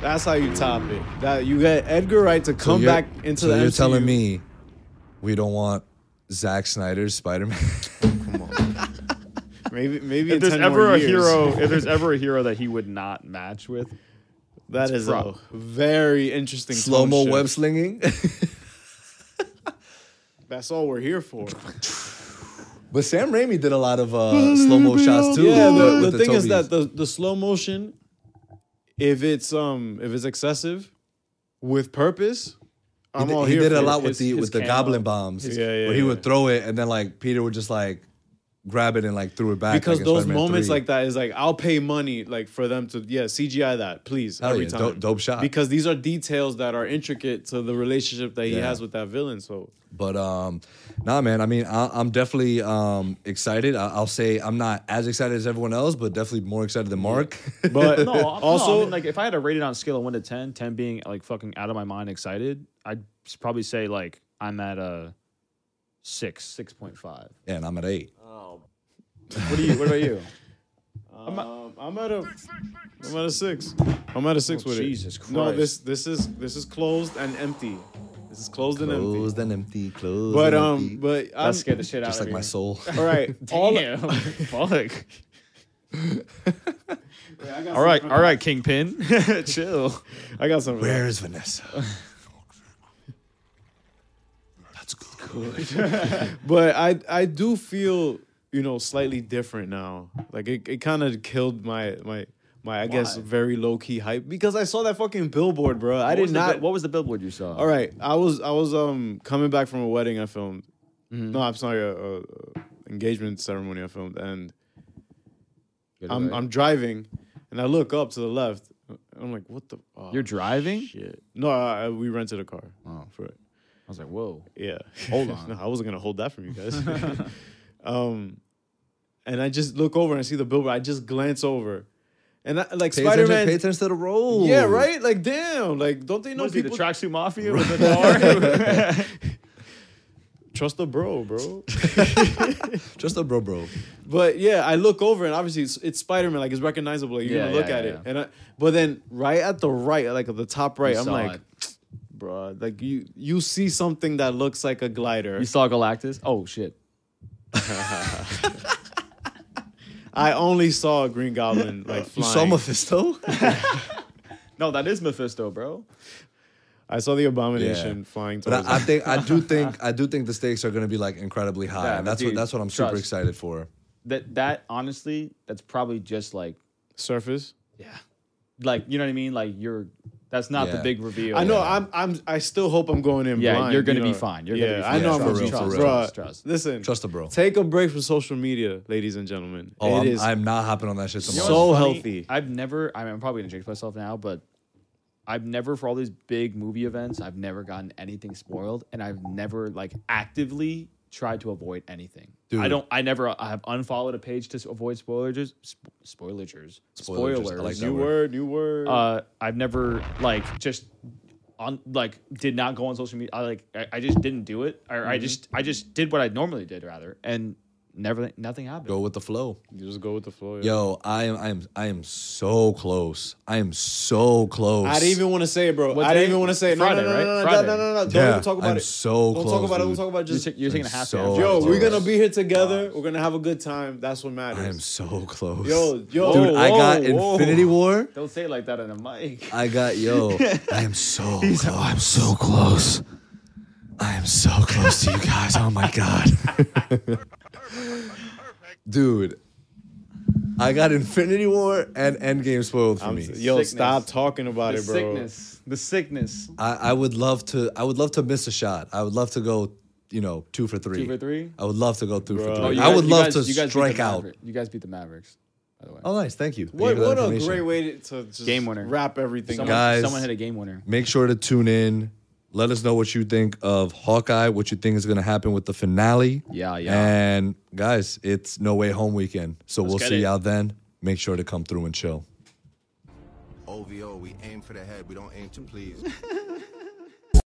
Speaker 7: That's how you top it. That you got Edgar Wright to
Speaker 2: So
Speaker 7: come
Speaker 2: you're-
Speaker 7: back into
Speaker 2: so
Speaker 7: the
Speaker 2: you're
Speaker 7: MCU.
Speaker 2: telling me we don't want Zack Snyder's Spider Man.
Speaker 7: maybe maybe
Speaker 1: If
Speaker 7: in
Speaker 1: there's
Speaker 7: 10
Speaker 1: ever
Speaker 7: more
Speaker 1: a
Speaker 7: years.
Speaker 1: hero, if there's ever a hero that he would not match with,
Speaker 7: that is a
Speaker 1: Bro.
Speaker 7: very interesting tone
Speaker 2: Slow mo
Speaker 7: shift.
Speaker 2: web slinging.
Speaker 7: That's all we're here for.
Speaker 2: but Sam Raimi did a lot of uh, slow mo shots too.
Speaker 7: yeah,
Speaker 2: with-
Speaker 7: the,
Speaker 2: with
Speaker 7: the thing is
Speaker 2: Tobys.
Speaker 7: that the, the slow motion, if it's um if it's excessive, with purpose,
Speaker 2: he,
Speaker 7: I'm
Speaker 2: did-
Speaker 7: all
Speaker 2: he
Speaker 7: here
Speaker 2: did it a
Speaker 7: for
Speaker 2: lot
Speaker 7: it.
Speaker 2: with
Speaker 1: his-
Speaker 2: the
Speaker 1: his
Speaker 2: with the
Speaker 1: camo.
Speaker 2: goblin bombs.
Speaker 7: Yeah, yeah,
Speaker 2: where he
Speaker 7: yeah.
Speaker 2: would throw it and then like Peter would just like grab it and like threw it back.
Speaker 7: because
Speaker 2: like in
Speaker 7: those
Speaker 2: Spider-Man
Speaker 7: moments
Speaker 2: 3.
Speaker 7: like that is like I'll pay money like for them to yeah CGI that please
Speaker 2: Hell
Speaker 7: every
Speaker 2: yeah,
Speaker 7: time
Speaker 2: dope- dope shot.
Speaker 7: because these are details that are intricate to the relationship that he
Speaker 2: Yeah.
Speaker 7: has with that villain so
Speaker 2: But um, nah, man. I mean, I, I'm definitely um excited. I, I'll say I'm not as excited as everyone else, but definitely more excited than Mark.
Speaker 7: but
Speaker 1: No, also,
Speaker 7: also
Speaker 1: like if I had to rate it on a scale of one to 10, 10 being like fucking out of my mind excited, I'd s- probably say like I'm at a six, six point five.
Speaker 2: and I'm at eight.
Speaker 1: What do you? What about you?
Speaker 7: I'm, um, I'm at a I'm at a six I'm at a six
Speaker 1: Oh,
Speaker 7: with
Speaker 1: Jesus
Speaker 7: it no
Speaker 1: Christ.
Speaker 7: this this is this is closed and empty this is closed, and empty
Speaker 2: Closed and empty. Closed.
Speaker 7: but
Speaker 2: and
Speaker 7: um
Speaker 2: empty.
Speaker 7: but I'm
Speaker 1: That scared the shit out
Speaker 2: just
Speaker 1: of
Speaker 2: like
Speaker 1: me.
Speaker 2: my soul.
Speaker 7: all right all
Speaker 1: Damn, fuck. all right, all right, Kingpin, chill.
Speaker 7: I got something
Speaker 2: Where's Vanessa?
Speaker 7: but I I do feel you know slightly different now. Like it, it kind of killed my my my I guess
Speaker 1: Why?
Speaker 7: very low key hype because I saw that fucking billboard, bro. I
Speaker 1: What
Speaker 7: did
Speaker 1: was the
Speaker 7: not.
Speaker 1: bill- what was the billboard you saw?
Speaker 7: all right, I was I was um coming back from a wedding I filmed.
Speaker 1: Mm-hmm.
Speaker 7: No, I'm sorry, a, a a engagement ceremony I filmed, and
Speaker 1: Good
Speaker 7: I'm
Speaker 1: way.
Speaker 7: I'm driving, and I look up to the left. I'm like, what the? Oh,
Speaker 1: You're driving?
Speaker 7: Shit. No, I, I, we rented a car
Speaker 1: Oh.
Speaker 7: for it.
Speaker 1: I was like, whoa.
Speaker 7: Yeah.
Speaker 1: Hold on.
Speaker 7: no, I wasn't gonna hold that from you guys. um, and I just look over and I see the billboard. I just glance over, and I, like
Speaker 2: Pay
Speaker 7: Spider
Speaker 2: attention, pay
Speaker 7: Man.
Speaker 2: attention to the road.
Speaker 7: Yeah, right. Like damn. Like don't they know
Speaker 1: Was he the
Speaker 7: people
Speaker 1: tracksuit mafia with the car?
Speaker 7: trust the bro, bro?
Speaker 2: Just a bro, bro.
Speaker 7: but yeah, I look over and obviously it's, it's Spider Man. Like it's recognizable. Like, you're
Speaker 1: Yeah,
Speaker 7: gonna look
Speaker 1: yeah,
Speaker 7: at
Speaker 1: yeah,
Speaker 7: it.
Speaker 1: yeah.
Speaker 7: And I, but then right at the right, like at the top right,
Speaker 1: You
Speaker 7: I'm
Speaker 1: saw
Speaker 7: like,
Speaker 1: it.
Speaker 7: bro, like you you see something that looks like a glider.
Speaker 1: you saw Galactus? Oh shit.
Speaker 7: I only saw a Green Goblin like
Speaker 2: You
Speaker 7: flying.
Speaker 2: saw Mephisto?
Speaker 1: No, that is Mephisto, bro.
Speaker 7: I saw the abomination flying
Speaker 2: But
Speaker 7: towards
Speaker 2: I, I
Speaker 7: us.
Speaker 2: think I do think I do think the stakes are going to be like incredibly high.
Speaker 1: Yeah,
Speaker 2: and
Speaker 1: but
Speaker 2: that's what
Speaker 1: dude,
Speaker 2: that's what I'm super
Speaker 1: trust.
Speaker 2: excited for.
Speaker 1: That that honestly, that's probably just like
Speaker 7: surface.
Speaker 1: like you know what I mean? Like you're that's not the
Speaker 2: Yeah.
Speaker 1: big reveal.
Speaker 7: I know I'm I'm I still hope I'm going in
Speaker 1: Yeah,
Speaker 7: blind.
Speaker 1: you're gonna
Speaker 7: you
Speaker 1: be
Speaker 7: know.
Speaker 1: fine. You're
Speaker 7: yeah,
Speaker 1: gonna be fine.
Speaker 7: I know
Speaker 2: Yeah,
Speaker 7: I'm
Speaker 2: for
Speaker 7: gonna
Speaker 2: real,
Speaker 7: be
Speaker 2: for
Speaker 7: fine.
Speaker 2: real.
Speaker 7: Bruh,
Speaker 1: Trust, trust.
Speaker 7: Listen,
Speaker 2: Trust the bro.
Speaker 7: Take a break from social media, ladies and gentlemen.
Speaker 2: Oh,
Speaker 7: it
Speaker 2: I'm,
Speaker 7: is
Speaker 2: I'm not hopping on that shit
Speaker 1: You know
Speaker 2: tomorrow.
Speaker 1: what's
Speaker 7: So
Speaker 1: funny?
Speaker 7: healthy.
Speaker 1: I've never I mean, I'm probably gonna jinx myself now, but I've never for all these big movie events, I've never gotten anything spoiled and I've never like actively tried to avoid anything.
Speaker 2: Dude.
Speaker 1: I don't I never I have unfollowed a page to s- avoid spoilers sp- spoilers.
Speaker 2: Spoilagers, I like that
Speaker 7: new word, new word.
Speaker 1: uh, I've never like just on like did not go on social media. I like I, I just didn't do it, or
Speaker 2: Mm-hmm.
Speaker 1: I just I just did what I normally did rather, and never nothing happened.
Speaker 2: Go with the flow.
Speaker 7: you just go with the flow. Yeah.
Speaker 2: Yo, I am I am I am so close. I am so close.
Speaker 7: I didn't even want to say it, bro.
Speaker 1: What
Speaker 7: I
Speaker 1: day?
Speaker 7: didn't even want to say it. No,
Speaker 1: Friday,
Speaker 7: no, no,
Speaker 1: right?
Speaker 7: no, no,
Speaker 1: Friday.
Speaker 7: no, no, no, no. Don't
Speaker 2: Yeah,
Speaker 7: even talk about
Speaker 2: I'm
Speaker 7: it.
Speaker 2: so
Speaker 7: Don't talk
Speaker 2: close,
Speaker 7: about it. We'll
Speaker 2: dude.
Speaker 7: talk about
Speaker 1: You're,
Speaker 7: just.
Speaker 1: ta- you're taking a half
Speaker 2: so-
Speaker 1: day.
Speaker 7: Yo,
Speaker 2: Oh,
Speaker 7: we're gonna
Speaker 2: Taurus.
Speaker 7: be here together. We're gonna have a good time. That's what matters.
Speaker 2: I am so close.
Speaker 7: Yo, yo,
Speaker 2: Dude, I got
Speaker 1: whoa, whoa.
Speaker 2: Infinity War.
Speaker 1: Don't say it like that on the mic.
Speaker 2: I got yo. I am so close. I'm so close. I am so close to you guys. Oh my god. Dude, I got Infinity War and Endgame spoiled for
Speaker 7: I'm-
Speaker 2: me.
Speaker 7: yo,
Speaker 1: Sickness.
Speaker 7: stop talking about
Speaker 1: The
Speaker 7: it, bro.
Speaker 1: sickness, the sickness.
Speaker 2: I, I would love to I would love to miss a shot. I would love to go, you know, two for three.
Speaker 1: Two for three?
Speaker 2: I would love to go two
Speaker 7: Bro.
Speaker 2: for three.
Speaker 7: Oh, you
Speaker 2: I would
Speaker 1: you
Speaker 2: love
Speaker 1: you
Speaker 2: to
Speaker 1: beat the
Speaker 2: strike out.
Speaker 1: Maver- You guys beat the Mavericks, by the way.
Speaker 2: Oh nice, thank you. Thank you
Speaker 7: What,
Speaker 2: for that
Speaker 7: what a
Speaker 2: information.
Speaker 7: great way to, to just
Speaker 1: Game winner.
Speaker 7: wrap everything
Speaker 1: someone,
Speaker 7: up.
Speaker 2: guys.
Speaker 1: someone hit a game winner.
Speaker 2: Make sure to tune in. Let us know what you think of Hawkeye, what you think is going to happen with the finale.
Speaker 1: Yeah, yeah.
Speaker 2: And guys, it's No Way Home weekend. So we'll
Speaker 1: get
Speaker 2: see
Speaker 1: it.
Speaker 2: y'all then. Make sure to come through and chill.
Speaker 3: OVO, we aim for the head. We don't aim to please.